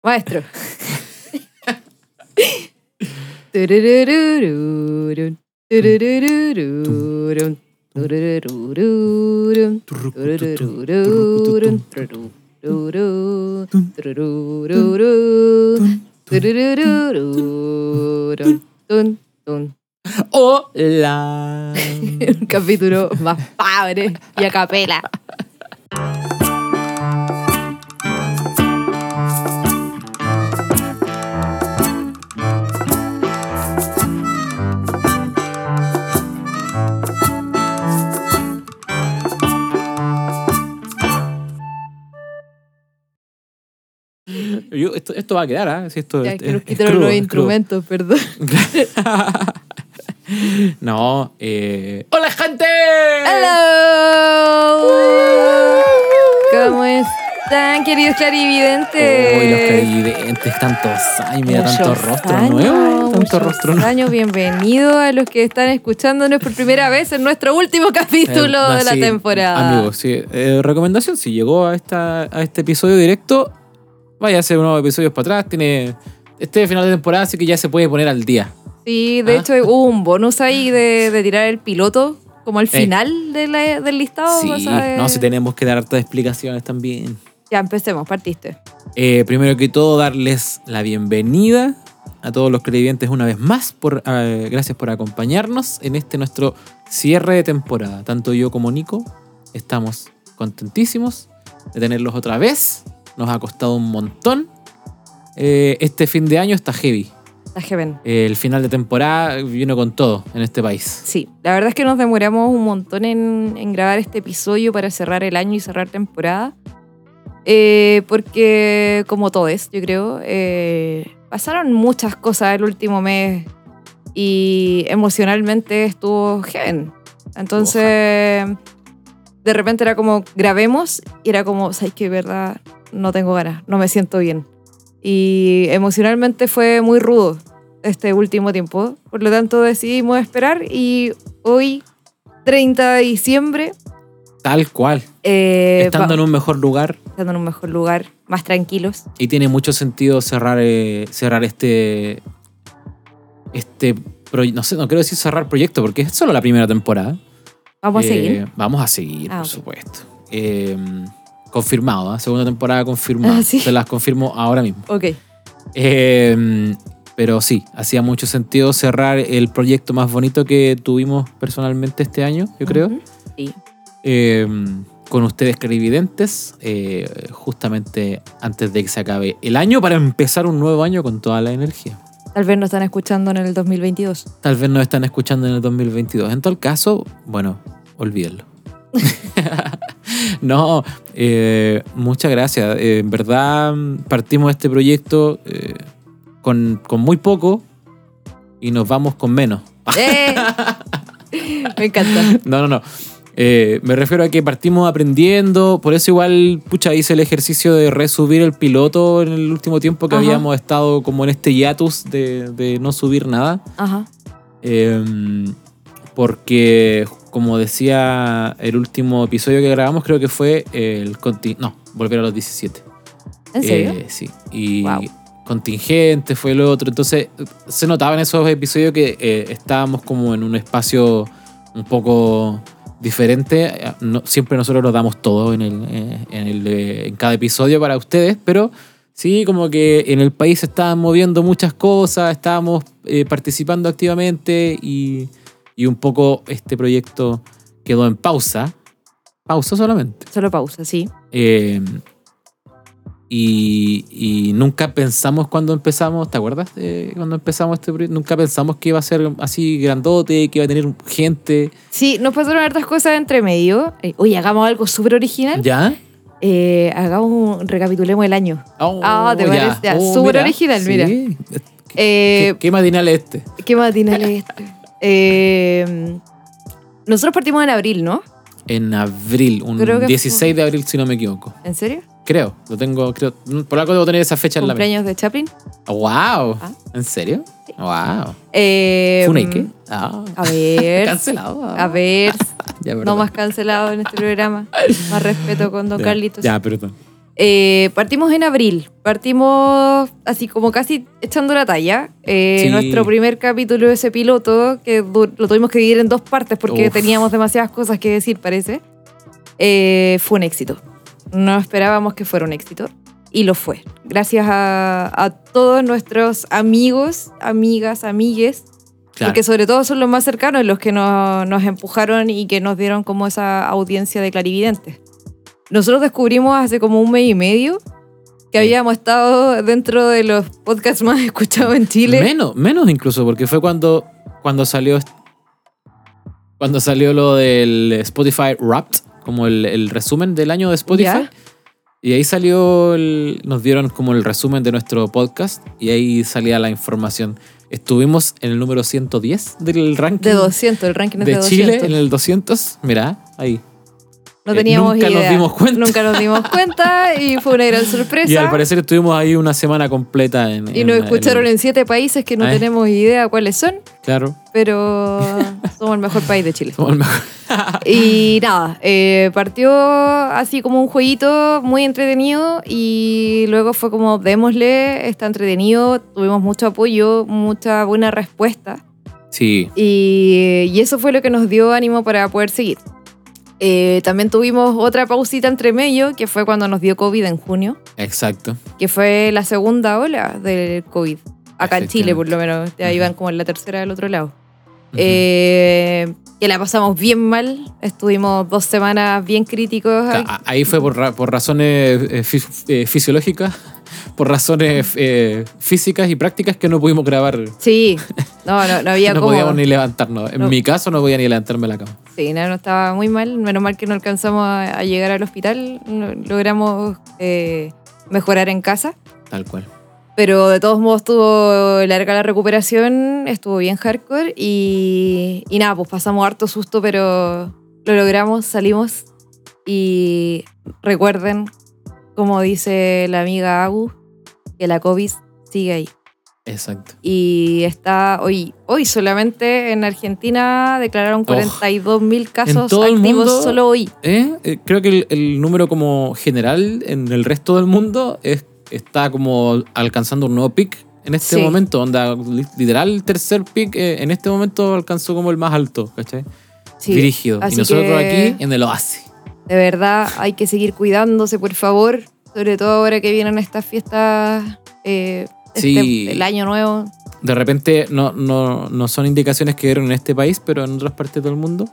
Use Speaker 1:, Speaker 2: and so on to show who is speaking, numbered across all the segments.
Speaker 1: Maestro. Turururururun, turururururun, turururururun, turururururun, turururururun, turururururun, turururururun, tun, tun.
Speaker 2: Hola.
Speaker 1: Un capítulo más pobre y a capela.
Speaker 2: Yo- esto, esto va a quedar, ¿ah? Si esto
Speaker 1: Ya
Speaker 2: es-
Speaker 1: que nos
Speaker 2: es
Speaker 1: quitaron
Speaker 2: crudo,
Speaker 1: los
Speaker 2: es
Speaker 1: instrumentos, perdón.
Speaker 2: crudo. No. eh, ¡Hola, gente!
Speaker 1: ¡Hello! ¿Cómo están, queridos clarividentes?
Speaker 2: Uy, los creyentes, tantos. Ay, mira,
Speaker 1: Muchos
Speaker 2: tanto rostro
Speaker 1: años,
Speaker 2: nuevo. Tanto
Speaker 1: muchos
Speaker 2: rostro nuevo.
Speaker 1: años. Bienvenidos a los que están escuchándonos por primera vez en nuestro último capítulo
Speaker 2: Eh,
Speaker 1: de la
Speaker 2: sí,
Speaker 1: temporada.
Speaker 2: Amigos, sí. Eh, recomendación: si llegó a, esta, a este episodio directo, vaya a hacer unos episodios para atrás. Tiene. Este final de temporada, así que ya se puede poner al día.
Speaker 1: Sí, de
Speaker 2: Ah.
Speaker 1: hecho hubo un bonus ahí de, de tirar el piloto como al
Speaker 2: Eh.
Speaker 1: final de la- del listado. o
Speaker 2: sí,
Speaker 1: sea,
Speaker 2: no,
Speaker 1: eh,
Speaker 2: si tenemos que dar hartas explicaciones también.
Speaker 1: Ya empecemos, partiste.
Speaker 2: Eh, primero que todo, darles la bienvenida a todos los creyentes una vez más. Por, eh, gracias por acompañarnos en este nuestro cierre de temporada. Tanto yo como Nico estamos contentísimos de tenerlos otra vez. Nos ha costado un montón. Eh, este fin de año está heavy.
Speaker 1: La Geven.
Speaker 2: Eh, el final de temporada vino con todo en este país.
Speaker 1: Sí, la verdad es que nos demoramos un montón en, en grabar este episodio para cerrar el año y cerrar temporada. Eh, porque, como todos, yo creo, eh, pasaron muchas cosas el último mes y emocionalmente estuvo heaven. Entonces, de repente era como, grabemos y era como, ¿sabes qué? verdad, no tengo ganas, no me siento bien. Y emocionalmente fue muy rudo este último tiempo. Por lo tanto, decidimos esperar y hoy, 30 de diciembre,
Speaker 2: Tal cual.
Speaker 1: eh,
Speaker 2: Estando
Speaker 1: va-
Speaker 2: en un mejor lugar.
Speaker 1: estando en un mejor lugar, más tranquilos.
Speaker 2: Y tiene mucho sentido cerrar, eh, cerrar este. Este. pro- No sé, no quiero decir cerrar proyecto porque es solo la primera temporada.
Speaker 1: Vamos a
Speaker 2: Eh,
Speaker 1: seguir.
Speaker 2: Vamos a seguir,
Speaker 1: Ah,
Speaker 2: por
Speaker 1: ok.
Speaker 2: supuesto. Eh, confirmado, ¿ah? segunda temporada confirmada.
Speaker 1: Ah, sí.
Speaker 2: Se las confirmo ahora mismo.
Speaker 1: Ok.
Speaker 2: Eh, pero sí, hacía mucho sentido cerrar el proyecto más bonito que tuvimos personalmente este año, yo creo.
Speaker 1: Ujú. Sí.
Speaker 2: Eh, con ustedes, clarividentes, eh, justamente antes de que se acabe el año para empezar un nuevo año con toda la energía.
Speaker 1: Tal vez nos están escuchando en el 2022.
Speaker 2: Tal vez nos están escuchando en el 2022. En tal caso, bueno, olvídenlo. no, eh, muchas gracias. Eh, en verdad, partimos este proyecto eh, con, con muy poco y nos vamos con menos.
Speaker 1: ¡Eh! Me encanta.
Speaker 2: No, no, no. Eh, me refiero a que partimos aprendiendo, por eso igual, pucha, hice el ejercicio de resubir el piloto en el último tiempo que
Speaker 1: Ajá.
Speaker 2: habíamos estado como en este hiatus de, de no subir nada.
Speaker 1: Ajá.
Speaker 2: Eh, porque, como decía el último episodio que grabamos, creo que fue el... conti- No, volver a los 17.
Speaker 1: ¿En serio?
Speaker 2: Eh, sí. Y
Speaker 1: Wow.
Speaker 2: contingente fue lo otro. Entonces, se notaba en esos episodios que eh, estábamos como en un espacio un poco diferente. Eh, no- siempre nosotros nos damos todo en, el, eh, en, el, eh, en cada episodio para ustedes, pero sí, como que en el país se estaban moviendo muchas cosas, estábamos eh, participando activamente y, y un poco este proyecto quedó en pausa. Pausa solamente.
Speaker 1: Solo pausa, sí.
Speaker 2: Eh, y, y nunca pensamos cuando empezamos, ¿te acuerdas? de cuando empezamos este proyecto, nunca pensamos que iba a ser así grandote, que iba a tener gente.
Speaker 1: Sí, nos pasaron hartas cosas entre medio. Eh, oye, hagamos algo súper original.
Speaker 2: ¿Ya?
Speaker 1: Eh, hagamos un, recapitulemos el año.
Speaker 2: Oh,
Speaker 1: Ah, ¿te parece? Ya, súper original, mira.
Speaker 2: Sí.
Speaker 1: Eh,
Speaker 2: ¿Qué, qué matinal es este?
Speaker 1: ¿Qué matinal es este? Eh, nosotros partimos en abril, ¿no?
Speaker 2: En abril, un
Speaker 1: Creo que fue-
Speaker 2: 16 de abril, si no me equivoco.
Speaker 1: ¿En serio?
Speaker 2: Creo, lo tengo, creo. mm, Por algo debo tener esa fecha en la mente.
Speaker 1: Cumpleaños de Chaplin.
Speaker 2: ¡Wow!
Speaker 1: Ah.
Speaker 2: ¿En serio? ¡Wow!
Speaker 1: Eh,
Speaker 2: ¿Fue Ah.
Speaker 1: A ver.
Speaker 2: Cancelado.
Speaker 1: a ver.
Speaker 2: Ya, perdón.
Speaker 1: No más cancelado en este programa. Más respeto con Don
Speaker 2: Ya,
Speaker 1: Carlitos.
Speaker 2: Ya, perdón.
Speaker 1: Eh, partimos en abril, partimos así como casi echando la talla. Eh,
Speaker 2: Sí.
Speaker 1: Nuestro primer capítulo de ese piloto, que du- lo tuvimos que dividir en dos partes porque
Speaker 2: Uf.
Speaker 1: teníamos demasiadas cosas que decir, parece, eh, fue un éxito. No esperábamos que fuera un éxito y lo fue. Gracias a, a todos nuestros amigos, amigas, amigues,
Speaker 2: Claro.
Speaker 1: porque sobre todo son los más cercanos los que nos, nos empujaron y que nos dieron como esa audiencia de clarividentes. Nosotros descubrimos hace como un mes y medio que habíamos estado dentro de los podcasts más escuchados en Chile.
Speaker 2: Menos, menos incluso, porque fue cuando, cuando salió cuando salió lo del Spotify Wrapped, como el, el resumen del año de Spotify.
Speaker 1: Ya.
Speaker 2: Y ahí salió, el- nos dieron como el resumen de nuestro podcast y ahí salía la información. Estuvimos en el número 110 del ranking
Speaker 1: De 200, el ranking es de,
Speaker 2: de Chile,
Speaker 1: 200.
Speaker 2: en el 200. Mira, ahí.
Speaker 1: no
Speaker 2: eh,
Speaker 1: teníamos
Speaker 2: nunca nos
Speaker 1: idea.
Speaker 2: dimos cuenta.
Speaker 1: Nunca nos dimos cuenta y fue una gran sorpresa.
Speaker 2: Y al parecer estuvimos ahí una semana completa. En,
Speaker 1: Y nos
Speaker 2: en-
Speaker 1: escucharon en siete países que no
Speaker 2: Ah, eh.
Speaker 1: tenemos idea cuáles son,
Speaker 2: Claro,
Speaker 1: pero somos el mejor país de Chile.
Speaker 2: somos el mejor.
Speaker 1: Y nada, eh, partió así como un jueguito muy entretenido y luego fue como, démosle, está entretenido, tuvimos mucho apoyo, mucha buena respuesta
Speaker 2: Sí,
Speaker 1: y, y eso fue lo que nos dio ánimo para poder seguir. Eh, también tuvimos otra pausita entre medio, que fue cuando nos dio COVID en junio,
Speaker 2: exacto.
Speaker 1: que fue la segunda ola del COVID, acá en Chile por lo menos, ya
Speaker 2: Ujú.
Speaker 1: iban como en la tercera del otro lado.
Speaker 2: Ujú.
Speaker 1: Eh, que la pasamos bien mal. Estuvimos dos semanas bien críticos.
Speaker 2: Ca- a- Ahí fue por, ra- por razones eh, fis- eh, fisiológicas, por razones eh, físicas y prácticas que no pudimos grabar.
Speaker 1: Sí, no, no, no había
Speaker 2: no
Speaker 1: cómo.
Speaker 2: podíamos ni levantarnos. En
Speaker 1: No.
Speaker 2: mi caso no podía ni levantarme de la cama.
Speaker 1: Sí, no, no, estaba muy mal. Menos mal que no alcanzamos a, a llegar al hospital. No- logramos eh, mejorar en casa.
Speaker 2: Tal cual.
Speaker 1: Pero de todos modos estuvo larga la recuperación, estuvo bien hardcore y, y nada, pues pasamos harto susto, pero lo logramos, salimos y recuerden, como dice la amiga Agus, que la COVID sigue ahí.
Speaker 2: Exacto.
Speaker 1: Y está hoy, hoy solamente en Argentina declararon 42.000 casos
Speaker 2: todo el
Speaker 1: activos
Speaker 2: mundo?
Speaker 1: solo hoy.
Speaker 2: ¿Eh? Eh, Creo que el, el número como general en el resto del mundo es, está como alcanzando un nuevo pic en este
Speaker 1: Sí.
Speaker 2: momento. Onda, li- literal, el tercer pic eh, en este momento alcanzó como el más alto, ¿cachai?
Speaker 1: Sí.
Speaker 2: Brígido.
Speaker 1: Así
Speaker 2: y nosotros
Speaker 1: que-
Speaker 2: aquí en el oasis.
Speaker 1: De verdad, hay que seguir cuidándose, por favor. Sobre todo ahora que vienen estas fiestas, eh, este-
Speaker 2: Sí.
Speaker 1: el año nuevo.
Speaker 2: De repente no, no, no son indicaciones que dieron en este país, pero en otras partes del mundo,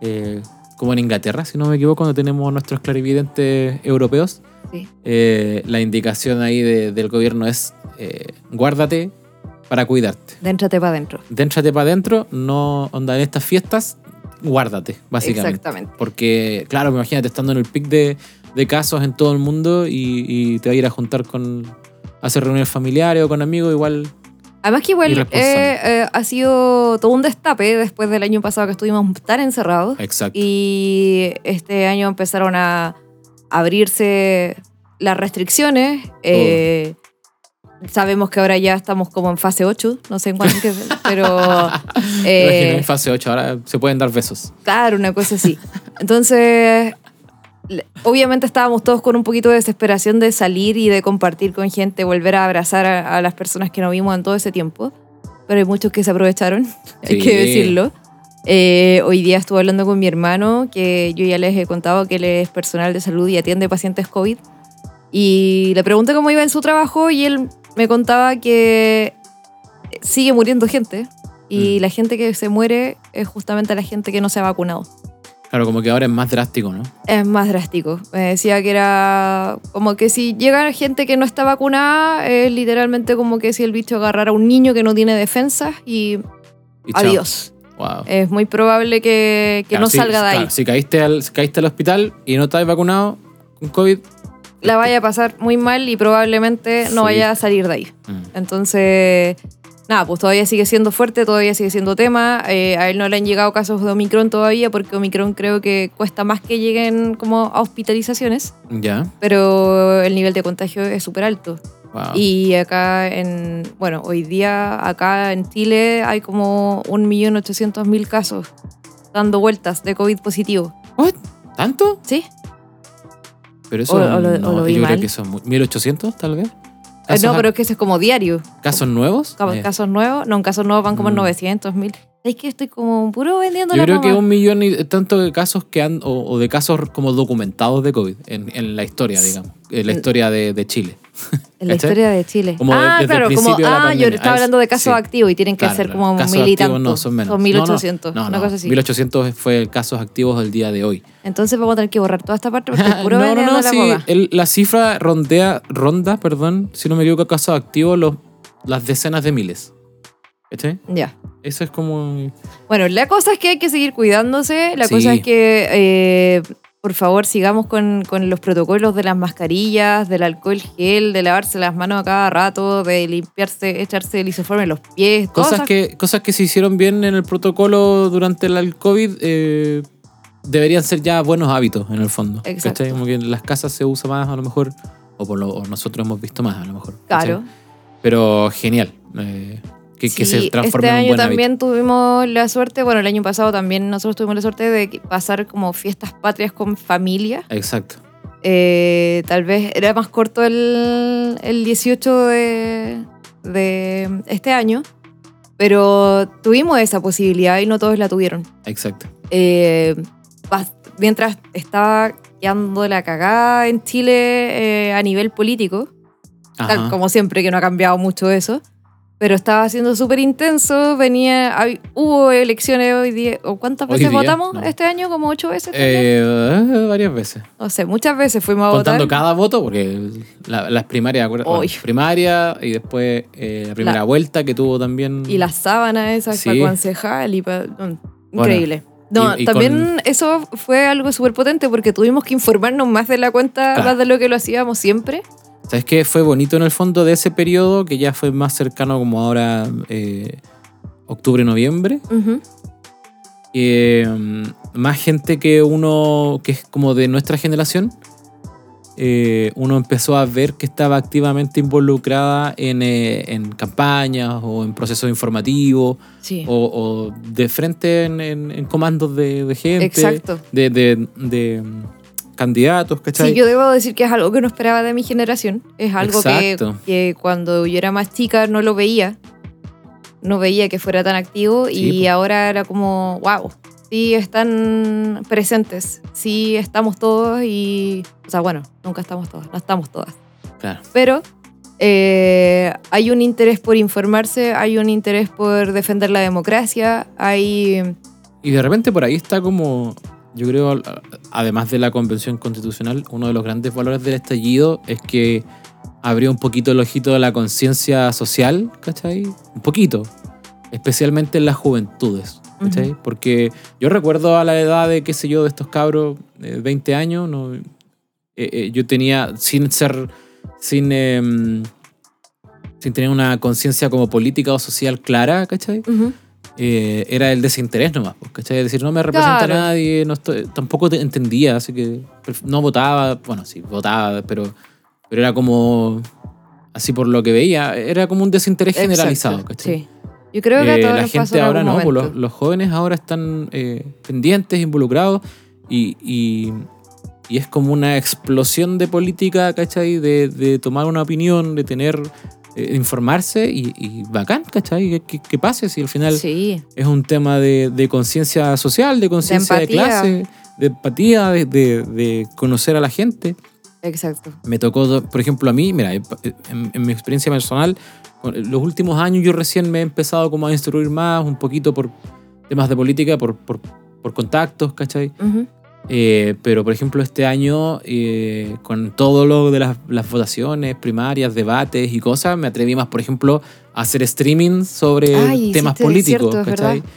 Speaker 2: eh, como en Inglaterra, si no me equivoco, donde tenemos a nuestros clarividentes europeos,
Speaker 1: Sí.
Speaker 2: eh, la indicación ahí de- del gobierno es eh, guárdate para cuidarte.
Speaker 1: Déntrate para adentro.
Speaker 2: Déntrate para adentro, no onda en estas fiestas, guárdate, básicamente.
Speaker 1: Exactamente.
Speaker 2: Porque, claro, imagínate estando en el pic de, de casos en todo el mundo y, y te va a ir a juntar con... a hacer reuniones familiares o con amigos, igual
Speaker 1: Además que igual
Speaker 2: Irresponsable.
Speaker 1: eh, eh, ha sido todo un destape después del año pasado que estuvimos tan encerrados.
Speaker 2: Exacto.
Speaker 1: Y este año empezaron a abrirse las restricciones. eh, sabemos que ahora ya estamos como en fase 8, no sé en cuánto, que- pero...
Speaker 2: Imagina,
Speaker 1: eh,
Speaker 2: en fase 8 ahora se pueden dar besos.
Speaker 1: Claro, una cosa así. Entonces, le- obviamente estábamos todos con un poquito de desesperación de salir y de compartir con gente, volver a abrazar a, a las personas que no vimos en todo ese tiempo. Pero hay muchos que se aprovecharon, hay
Speaker 2: Sí.
Speaker 1: que decirlo. Eh, hoy día estuve hablando con mi hermano, que yo ya les he contado que él es personal de salud y atiende pacientes COVID. Y le pregunté cómo iba en su trabajo y él me contaba que sigue muriendo gente. Y
Speaker 2: Mm.
Speaker 1: la gente que se muere es justamente la gente que no se ha vacunado.
Speaker 2: Claro, como que ahora es más drástico, ¿no?
Speaker 1: Es más drástico. Me decía que era como que si llega gente que no está vacunada, es literalmente como que si el bicho agarrara a un niño que no tiene defensas y,
Speaker 2: Y chao.
Speaker 1: adiós.
Speaker 2: Wow.
Speaker 1: Es muy probable que, que
Speaker 2: Claro,
Speaker 1: no
Speaker 2: sí,
Speaker 1: salga de ahí.
Speaker 2: claro, si caíste al, si caíste al hospital y no estás vacunado con COVID,
Speaker 1: La vaya a pasar muy mal y probablemente no
Speaker 2: Sí.
Speaker 1: vaya a salir de ahí.
Speaker 2: mm,
Speaker 1: Entonces, nada, pues todavía sigue siendo fuerte, todavía sigue siendo tema. Eh, a él no le han llegado casos de Omicron todavía porque Omicron creo que cuesta más que lleguen como a hospitalizaciones,
Speaker 2: mm, ya.
Speaker 1: pero el nivel de contagio es súper alto.
Speaker 2: Wow.
Speaker 1: Y acá en, bueno, hoy día acá en Chile hay como 1.800.000 casos dando vueltas de COVID positivo.
Speaker 2: What? ¿Tanto?
Speaker 1: ¿Sí?
Speaker 2: Pero eso
Speaker 1: O- o lo-
Speaker 2: no,
Speaker 1: o lo vi
Speaker 2: yo creo
Speaker 1: mal.
Speaker 2: que son muy- 1800 tal vez.
Speaker 1: Eh,
Speaker 2: ¿Casos,
Speaker 1: no, pero es que ese es como diario.
Speaker 2: ¿casos nuevos?
Speaker 1: Ca-
Speaker 2: Ah, Eh,
Speaker 1: Casos nuevos, no, en casos nuevos van como en
Speaker 2: Mm.
Speaker 1: 900, 1000. Es que estoy como puro vendiendo
Speaker 2: Yo
Speaker 1: la
Speaker 2: creo que
Speaker 1: mamá.
Speaker 2: un millón y eh, tanto de casos que han, o, o de casos como documentados de COVID en, en la historia, digamos, en
Speaker 1: Mm.
Speaker 2: la historia de, de Chile.
Speaker 1: En la
Speaker 2: ¿Cachai?
Speaker 1: historia de Chile.
Speaker 2: Como
Speaker 1: ah,
Speaker 2: desde el
Speaker 1: claro, como.
Speaker 2: principio de la
Speaker 1: Ah,
Speaker 2: pandemia.
Speaker 1: yo estaba
Speaker 2: Ah, es-
Speaker 1: hablando de casos
Speaker 2: sí.
Speaker 1: activos y tienen que
Speaker 2: Claro,
Speaker 1: ser
Speaker 2: claro.
Speaker 1: como pues,
Speaker 2: Casos
Speaker 1: mil y
Speaker 2: activos
Speaker 1: tanto.
Speaker 2: No, son menos. No, no,
Speaker 1: 1800,
Speaker 2: no,
Speaker 1: una
Speaker 2: no,
Speaker 1: cosa así.
Speaker 2: 1800 fue el casos activos del día de hoy.
Speaker 1: Entonces vamos a tener que borrar toda esta parte porque es puro
Speaker 2: no, no,
Speaker 1: vendiendo
Speaker 2: no,
Speaker 1: la
Speaker 2: sí, Eh,
Speaker 1: mamá.
Speaker 2: el- la cifra rondea, ronda, perdón, si no me equivoco, casos activos, los, las decenas de miles. ¿Cachai?
Speaker 1: Ya.
Speaker 2: Eso es como...
Speaker 1: Bueno, la cosa es que hay que seguir cuidándose, la
Speaker 2: Sí.
Speaker 1: cosa es que eh, por favor sigamos con, con los protocolos de las mascarillas, del alcohol gel, de lavarse las manos a cada rato, de limpiarse, echarse el isoforme en los pies, todas
Speaker 2: Cosas
Speaker 1: esas-
Speaker 2: que, cosas que se hicieron bien en el protocolo durante el el COVID eh, deberían ser ya buenos hábitos en el fondo. ¿cachai?
Speaker 1: Exacto.
Speaker 2: Como que en las casas se usa más a lo mejor, o por lo o nosotros hemos visto más a lo mejor. ¿cachai?
Speaker 1: Claro.
Speaker 2: Pero genial. eh, que, que
Speaker 1: Sí,
Speaker 2: se
Speaker 1: este
Speaker 2: transforme en un
Speaker 1: año
Speaker 2: buen
Speaker 1: también tuvimos la suerte, bueno, el año pasado también nosotros tuvimos la suerte de que- pasar como fiestas patrias con familia.
Speaker 2: hábito. Exacto.
Speaker 1: Eh, tal vez era más corto el, el 18 de, de este año, pero tuvimos esa posibilidad y no todos la tuvieron.
Speaker 2: Exacto.
Speaker 1: Eh, bas- mientras estaba quedando la cagada en Chile eh, a nivel político,
Speaker 2: Ajá.
Speaker 1: tal como siempre, que no ha cambiado mucho eso. Pero estaba siendo súper intenso, venía, hay- hubo elecciones hoy día, ¿o cuántas
Speaker 2: Hoy
Speaker 1: veces
Speaker 2: día,
Speaker 1: votamos
Speaker 2: no.
Speaker 1: este año? ¿Como ocho veces? tal vez?
Speaker 2: Eh, varias veces.
Speaker 1: no sé, muchas veces fuimos a
Speaker 2: Contando
Speaker 1: votar.
Speaker 2: cada voto, porque la- las primarias, acuerda-
Speaker 1: Oy.
Speaker 2: bueno, primaria y después eh, la primera
Speaker 1: La-
Speaker 2: vuelta que tuvo también.
Speaker 1: Y las sábanas esas
Speaker 2: Sí.
Speaker 1: para concejal y para... increíble. No,
Speaker 2: Y- y
Speaker 1: también eso fue algo súper potente porque tuvimos que informarnos más de la cuenta,
Speaker 2: Claro.
Speaker 1: más de lo que lo hacíamos siempre.
Speaker 2: ¿Sabes qué? Fue bonito en el fondo de ese periodo que ya fue más cercano como ahora eh, octubre, noviembre.
Speaker 1: Ujú.
Speaker 2: que, mm, más gente que uno, que es como de nuestra generación, eh, uno empezó a ver que estaba activamente involucrada en, eh, en campañas o en procesos informativos
Speaker 1: Sí,
Speaker 2: o, o de frente en, en- en comandos de, de gente,
Speaker 1: exacto.
Speaker 2: de, de- de, mm, candidatos, ¿cachai?
Speaker 1: Sí, yo debo decir que es algo que no esperaba de mi generación. Es algo que,
Speaker 2: Exacto.
Speaker 1: que cuando yo era más chica no lo veía. No veía que fuera tan activo
Speaker 2: Sí,
Speaker 1: y
Speaker 2: po.
Speaker 1: ahora era como, wow, sí están presentes, sí estamos todos y... O sea, bueno, nunca estamos todos, no estamos todas.
Speaker 2: Claro.
Speaker 1: Pero eh, hay un interés por informarse, hay un interés por defender la democracia, hay...
Speaker 2: Y de repente por ahí está como, yo creo, al- además de la convención constitucional, uno de los grandes valores del estallido es que abrió un poquito el ojito de la conciencia social, ¿cachai? Un poquito. Especialmente en las juventudes, ¿cachai? Porque yo recuerdo a la edad de, qué sé yo, de estos cabros, eh, 20 años, no, eh, eh, yo tenía, sin ser, sin, em, sin tener una conciencia como política o social clara, ¿cachai?
Speaker 1: Ujú.
Speaker 2: eh, era el desinterés nomás, pues, ¿cachai? Es decir, no me representa
Speaker 1: Claro.
Speaker 2: nadie, no estoy- tampoco te entendía, así que pref- no votaba, bueno, sí, votaba, pero, pero era como, así por lo que veía, era como un desinterés generalizado,
Speaker 1: Exacto,
Speaker 2: ¿cachai?
Speaker 1: Sí. Yo creo que a
Speaker 2: Eh,
Speaker 1: todos
Speaker 2: la
Speaker 1: nos pasó
Speaker 2: gente
Speaker 1: en
Speaker 2: ahora
Speaker 1: algún
Speaker 2: no, pues, los,
Speaker 1: momento.
Speaker 2: los jóvenes ahora están eh, pendientes, involucrados y, y- y es como una explosión de política, ¿cachai? De, de tomar una opinión, de tener, eh, informarse y, y bacán, ¿cachai? Que, que- que pase si al final
Speaker 1: Sí.
Speaker 2: es un tema de, de conciencia social, de conciencia de,
Speaker 1: empatía.
Speaker 2: clase, de empatía, de, de- de conocer a la gente.
Speaker 1: Exacto.
Speaker 2: Me tocó, por ejemplo, a mí, mira, en, en mi experiencia personal, con- los últimos años yo recién me he empezado como a instruir más, un poquito por temas de política, por, por, por contactos, ¿cachai?
Speaker 1: Ujú.
Speaker 2: Eh, pero, por ejemplo, este año, eh, con todo lo de las, las votaciones primarias, debates y cosas, me atreví más, por ejemplo, a hacer streaming sobre
Speaker 1: Ay,
Speaker 2: temas
Speaker 1: hiciste,
Speaker 2: políticos,
Speaker 1: cierto, es
Speaker 2: ¿cachai?
Speaker 1: verdad.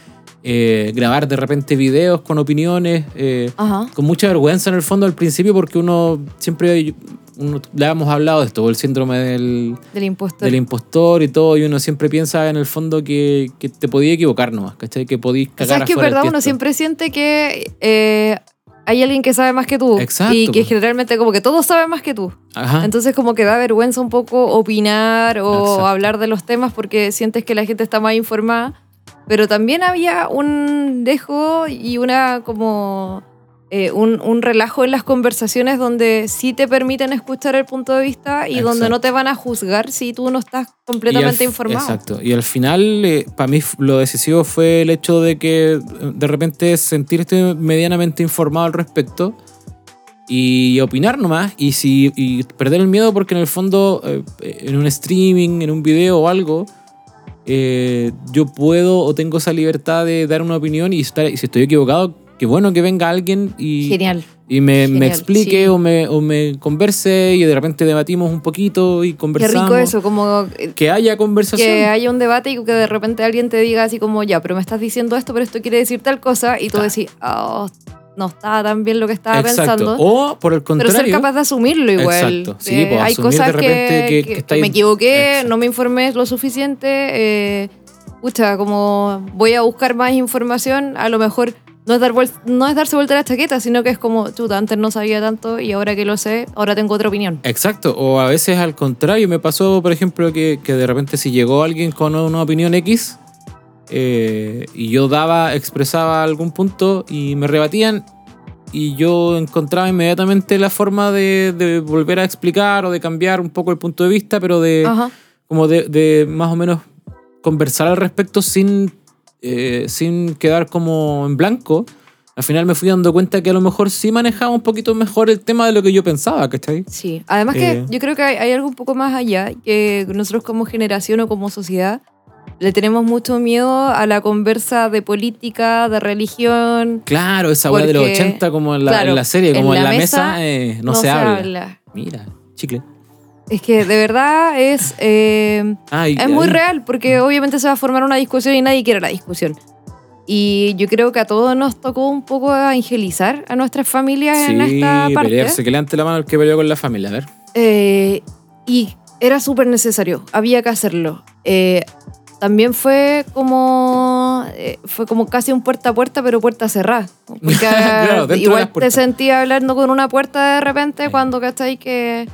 Speaker 2: Eh, grabar de repente videos con opiniones, eh,
Speaker 1: Ajá.
Speaker 2: con mucha vergüenza en el fondo al principio, porque uno siempre, uno, ya hemos hablado de esto, el síndrome del,
Speaker 1: Del impuesto.
Speaker 2: del impostor y todo, y uno siempre piensa en el fondo que, que te podía equivocar nomás, ¿cachai? Que podías
Speaker 1: O
Speaker 2: cagar
Speaker 1: sea, es que es
Speaker 2: afuera el
Speaker 1: verdad, uno
Speaker 2: tiesto.
Speaker 1: siempre siente que eh, hay alguien que sabe más que tú.
Speaker 2: Exacto,
Speaker 1: Y que
Speaker 2: pues.
Speaker 1: generalmente como que todos saben más que tú.
Speaker 2: Ajá.
Speaker 1: Entonces como que da vergüenza un poco opinar o
Speaker 2: Exacto.
Speaker 1: hablar de los temas porque sientes que la gente está más informada. Pero también había un dejo y una como eh, un, un relajo en las conversaciones donde sí te permiten escuchar el punto de vista y donde
Speaker 2: Exacto.
Speaker 1: no te van a juzgar si tú no estás
Speaker 2: Y al
Speaker 1: completamente
Speaker 2: fi-
Speaker 1: informado.
Speaker 2: Exacto. Y al final, para mí f- lo decisivo fue el hecho de que eh, de repente sentirte medianamente informado al respecto y opinar nomás y, si, y perder el miedo porque en el fondo eh, en un streaming, en un video o algo, eh, yo puedo o tengo esa libertad de dar una opinión y, estar- y si estoy equivocado, qué bueno que venga alguien y,
Speaker 1: Genial.
Speaker 2: y me, me
Speaker 1: Genial,
Speaker 2: explique
Speaker 1: sí.
Speaker 2: o, me, o me converse y de repente debatimos un poquito y
Speaker 1: Qué
Speaker 2: conversamos.
Speaker 1: rico eso, como eh,
Speaker 2: Que haya conversación.
Speaker 1: que haya un debate y que de repente alguien te diga así como, ya, pero me estás diciendo esto, pero esto quiere decir tal cosa, y tú
Speaker 2: Claro.
Speaker 1: decís, "Ah, oh, no estaba tan bien lo que estaba
Speaker 2: Exacto.
Speaker 1: pensando.
Speaker 2: O por el
Speaker 1: pero
Speaker 2: contrario.
Speaker 1: ser capaz de asumirlo igual.
Speaker 2: Exacto, sí,
Speaker 1: Que
Speaker 2: pues,
Speaker 1: hay
Speaker 2: asumir
Speaker 1: cosas
Speaker 2: de repente
Speaker 1: que,
Speaker 2: que-
Speaker 1: que-
Speaker 2: que
Speaker 1: que
Speaker 2: estáis-
Speaker 1: me equivoqué,
Speaker 2: Exacto.
Speaker 1: no me informé lo suficiente. Eh, pucha, como voy a buscar más información, a lo mejor no es, dar vuel- no es darse vuelta la chaqueta, sino que es como, chuta, antes no sabía tanto y ahora que lo sé, ahora tengo otra opinión.
Speaker 2: Exacto. O a veces al contrario. Me pasó, por ejemplo, que, que de repente si llegó alguien con una opinión X eh, y yo daba, expresaba algún punto y me rebatían y yo encontraba inmediatamente la forma de, de volver a explicar o de cambiar un poco el punto de vista, pero de
Speaker 1: Ajá.
Speaker 2: como de, de más o menos conversar al respecto sin, eh, sin quedar como en blanco. Al final me fui dando cuenta que a lo mejor sí manejaba un poquito mejor el tema de lo que yo pensaba, ¿cachai?
Speaker 1: Sí, además que
Speaker 2: Eh.
Speaker 1: yo creo que hay, hay algo un poco más allá, que nosotros como generación o como sociedad le tenemos mucho miedo a la conversa de política, de religión.
Speaker 2: Claro, esa hueá de los
Speaker 1: Porque,
Speaker 2: 80 como en la,
Speaker 1: claro,
Speaker 2: en la serie,
Speaker 1: en
Speaker 2: como en
Speaker 1: la
Speaker 2: la mesa,
Speaker 1: mesa
Speaker 2: eh, no, se, habla. Mira, chicle.
Speaker 1: Es que de verdad es, eh,
Speaker 2: Ay,
Speaker 1: es muy
Speaker 2: ay,
Speaker 1: real, porque
Speaker 2: Mm.
Speaker 1: obviamente se va a formar una discusión y nadie quiere la discusión. Y yo creo que a todos nos tocó un poco evangelizar a nuestras familias en
Speaker 2: Sí,
Speaker 1: esta parte.
Speaker 2: pelearse, que levante la mano el que peleó con la familia. A ver.
Speaker 1: Eh, y era súper necesario, había que hacerlo. Eh, también fue como eh, fue como casi un puerta a puerta, pero puerta cerrada. Porque
Speaker 2: Claro, dentro de las
Speaker 1: igual te
Speaker 2: puertas.
Speaker 1: sentía hablando con una puerta de repente
Speaker 2: Sí.
Speaker 1: cuando cachai que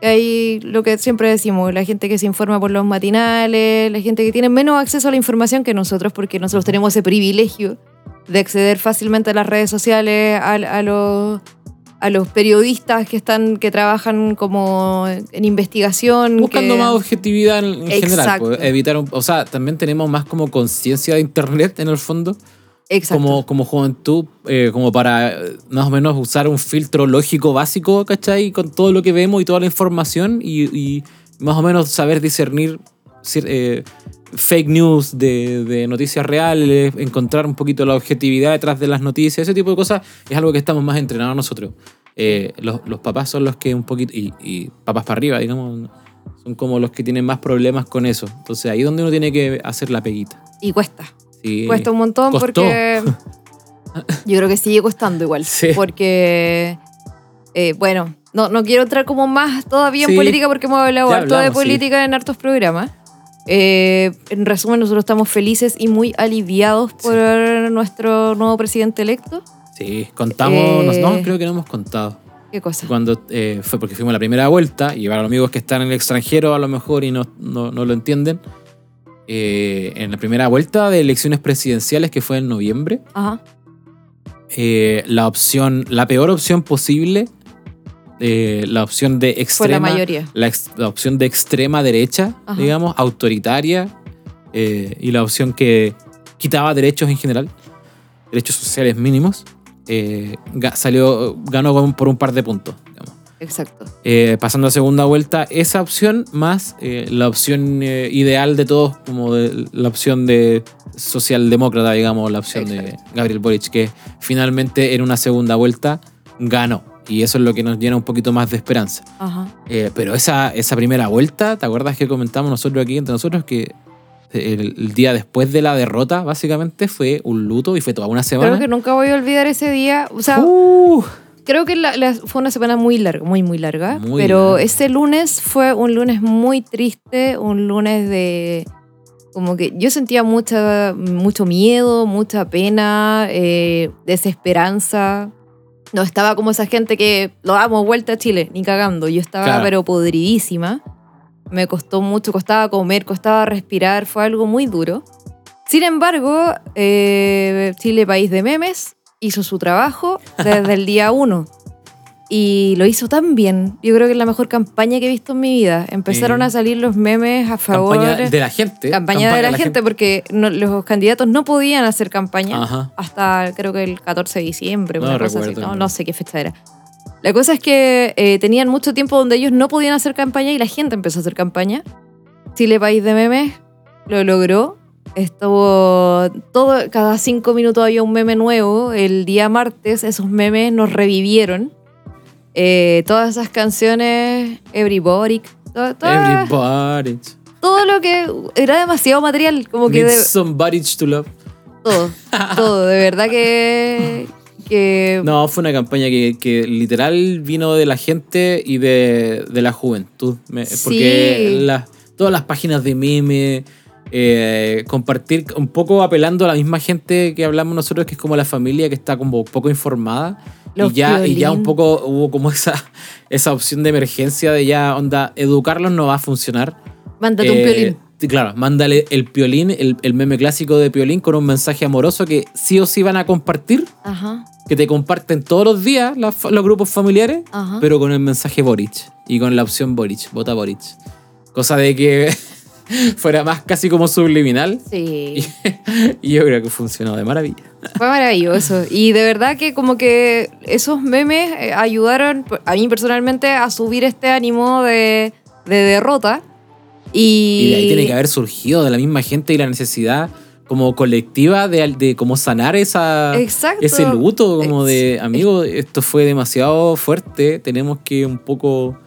Speaker 1: que hay lo que siempre decimos, la gente que se informa por los matinales, la gente que tiene menos acceso a la información que nosotros, porque nosotros tenemos ese privilegio de acceder fácilmente a las redes sociales, a, a los, a los periodistas que están que trabajan como en investigación.
Speaker 2: Buscando
Speaker 1: que-
Speaker 2: más objetividad en, en general.
Speaker 1: Exacto.
Speaker 2: pues, evitar un- o sea, también tenemos más como conciencia de internet en el fondo.
Speaker 1: Exacto.
Speaker 2: como, como juventud, eh, como para eh, más o menos usar un filtro lógico básico, ¿cachai? Con todo lo que vemos y toda la información y, y más o menos saber discernir cier- eh, fake news de, de noticias reales, encontrar un poquito la objetividad detrás de las noticias, ese tipo de cosas es algo que estamos más entrenados nosotros. Eh, los, los papás son los que un poquito, y, y papás para arriba, digamos, son como los que tienen más problemas con eso. Entonces ahí es donde uno tiene que hacer la peguita.
Speaker 1: Y cuesta.
Speaker 2: Sí.
Speaker 1: Cuesta un montón
Speaker 2: Costó.
Speaker 1: porque yo creo que sigue costando igual.
Speaker 2: Sí.
Speaker 1: Porque, eh, bueno, no, no quiero entrar como más todavía
Speaker 2: Sí.
Speaker 1: en política porque hemos hablado
Speaker 2: Ya
Speaker 1: harto de
Speaker 2: hablamos, sí.
Speaker 1: política en hartos programas. Eh, en resumen, nosotros estamos felices y muy aliviados por nuestro nuevo presidente electo.
Speaker 2: Sí, contamos,
Speaker 1: Eh,
Speaker 2: no, creo que no hemos contado.
Speaker 1: ¿Qué cosa?
Speaker 2: Cuando eh, fue porque fuimos a la primera vuelta y para los amigos que están en el extranjero a lo mejor y no, no- no lo entienden, eh, en la primera vuelta de elecciones presidenciales que fue en noviembre,
Speaker 1: Ajá.
Speaker 2: eh, la opción, la peor opción posible, eh, la opción de
Speaker 1: Fue la
Speaker 2: extrema,
Speaker 1: mayoría.
Speaker 2: la, ex- la opción de extrema derecha,
Speaker 1: Ajá.
Speaker 2: digamos, autoritaria, eh, y la opción que quitaba derechos en general, derechos sociales mínimos, eh, ga- salió, ganó con- por un par de puntos. digamos.
Speaker 1: Exacto.
Speaker 2: Eh, pasando a segunda vuelta, esa opción más eh, la opción eh, ideal de todos, como de- la opción de socialdemócrata, digamos, la opción de
Speaker 1: Exacto.
Speaker 2: Gabriel Boric, que finalmente en una segunda vuelta ganó. Y eso es lo que nos llena un poquito más de esperanza.
Speaker 1: Ajá.
Speaker 2: Eh, pero esa, esa primera vuelta, ¿te acuerdas que comentamos nosotros aquí entre nosotros que el, el día después de la derrota, básicamente, fue un luto y fue toda una semana?
Speaker 1: Creo que nunca voy a olvidar ese día. O sea,
Speaker 2: ¡Uh!
Speaker 1: creo que la- la- fue una semana muy larga, muy, muy larga.
Speaker 2: Muy
Speaker 1: pero
Speaker 2: larga.
Speaker 1: ese lunes fue un lunes muy triste, un lunes de... Como que yo sentía mucha, mucho miedo, mucha pena, eh, desesperanza. No estaba como esa gente que lo damos vuelta a Chile, ni cagando. Yo estaba
Speaker 2: Claro.
Speaker 1: pero podridísima. Me costó mucho, costaba comer, costaba respirar, fue algo muy duro. Sin embargo, eh, Chile país de memes hizo su trabajo desde el día uno. Y lo hizo tan bien. Yo creo que es la mejor campaña que he visto en mi vida. Empezaron
Speaker 2: Eh,
Speaker 1: a salir los memes a favor. eh.
Speaker 2: Campaña de la gente.
Speaker 1: campaña de la, Ah. gente, porque no- los candidatos no podían hacer campaña
Speaker 2: Ajá.
Speaker 1: hasta creo que el 14 de diciembre,
Speaker 2: No
Speaker 1: una cosa así,
Speaker 2: recuerdo,
Speaker 1: ¿no?
Speaker 2: no.
Speaker 1: No sé qué fecha era. La cosa es que eh, tenían mucho tiempo donde ellos no podían hacer campaña y la gente empezó a hacer campaña. Chile País de Memes lo logró. Estuvo todo, cada cinco minutos había un meme nuevo. El día martes esos memes nos revivieron. Eh, todas esas canciones, Everybody, to- todas-
Speaker 2: Everybody.
Speaker 1: todo lo que era demasiado material, Ah. como que
Speaker 2: Needs
Speaker 1: de-
Speaker 2: somebody to love.
Speaker 1: todo, todo, de verdad que, que
Speaker 2: No, fue una campaña que, que literal vino de la gente y de, de la juventud. Me-
Speaker 1: Sí.
Speaker 2: Porque las- todas las páginas de meme, eh, compartir un poco apelando a la misma gente que hablamos nosotros, que es como la familia que está como poco informada.
Speaker 1: Los
Speaker 2: y, ya, y ya
Speaker 1: piolín.
Speaker 2: un poco hubo como esa, esa opción de emergencia de ya, onda, educarlos no va a funcionar.
Speaker 1: mándate un
Speaker 2: Eh,
Speaker 1: violín.
Speaker 2: sí, Claro, mándale el piolín, el, el meme clásico de piolín con un mensaje amoroso que sí o sí van a compartir
Speaker 1: Ajá,
Speaker 2: que te comparten todos los días las fa- los grupos familiares,
Speaker 1: ajá.
Speaker 2: pero con el mensaje Boric y con la opción Boric, vota Boric. Cosa de que fuera más casi como subliminal
Speaker 1: Sí,
Speaker 2: y yo creo que funcionó de maravilla.
Speaker 1: fue maravilloso. Y de verdad que como que esos memes eh, ayudaron a mí personalmente a subir este ánimo de, de derrota. Y,
Speaker 2: Y de ahí tiene que haber surgido de la misma gente y la necesidad como colectiva de, al- de como sanar esa,
Speaker 1: Exacto.
Speaker 2: ese luto como de,
Speaker 1: Ex-
Speaker 2: amigo, esto fue demasiado fuerte, tenemos que un poco,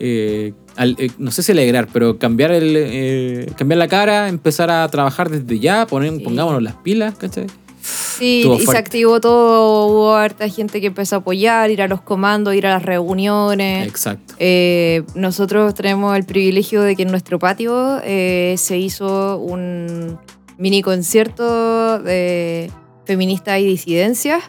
Speaker 2: eh, al- eh, no sé si alegrar, pero cambiar, el, eh, cambiar la cara, empezar a trabajar desde ya, poner,
Speaker 1: Sí.
Speaker 2: pongámonos las pilas, ¿cachai?
Speaker 1: Sí,
Speaker 2: Estuvo
Speaker 1: y se
Speaker 2: fuerte.
Speaker 1: activó todo, hubo harta gente que empezó a apoyar, ir a los comandos, ir a las reuniones.
Speaker 2: Exacto.
Speaker 1: Eh, nosotros tenemos el privilegio de que en nuestro patio eh, se hizo un mini concierto de feministas y disidencias,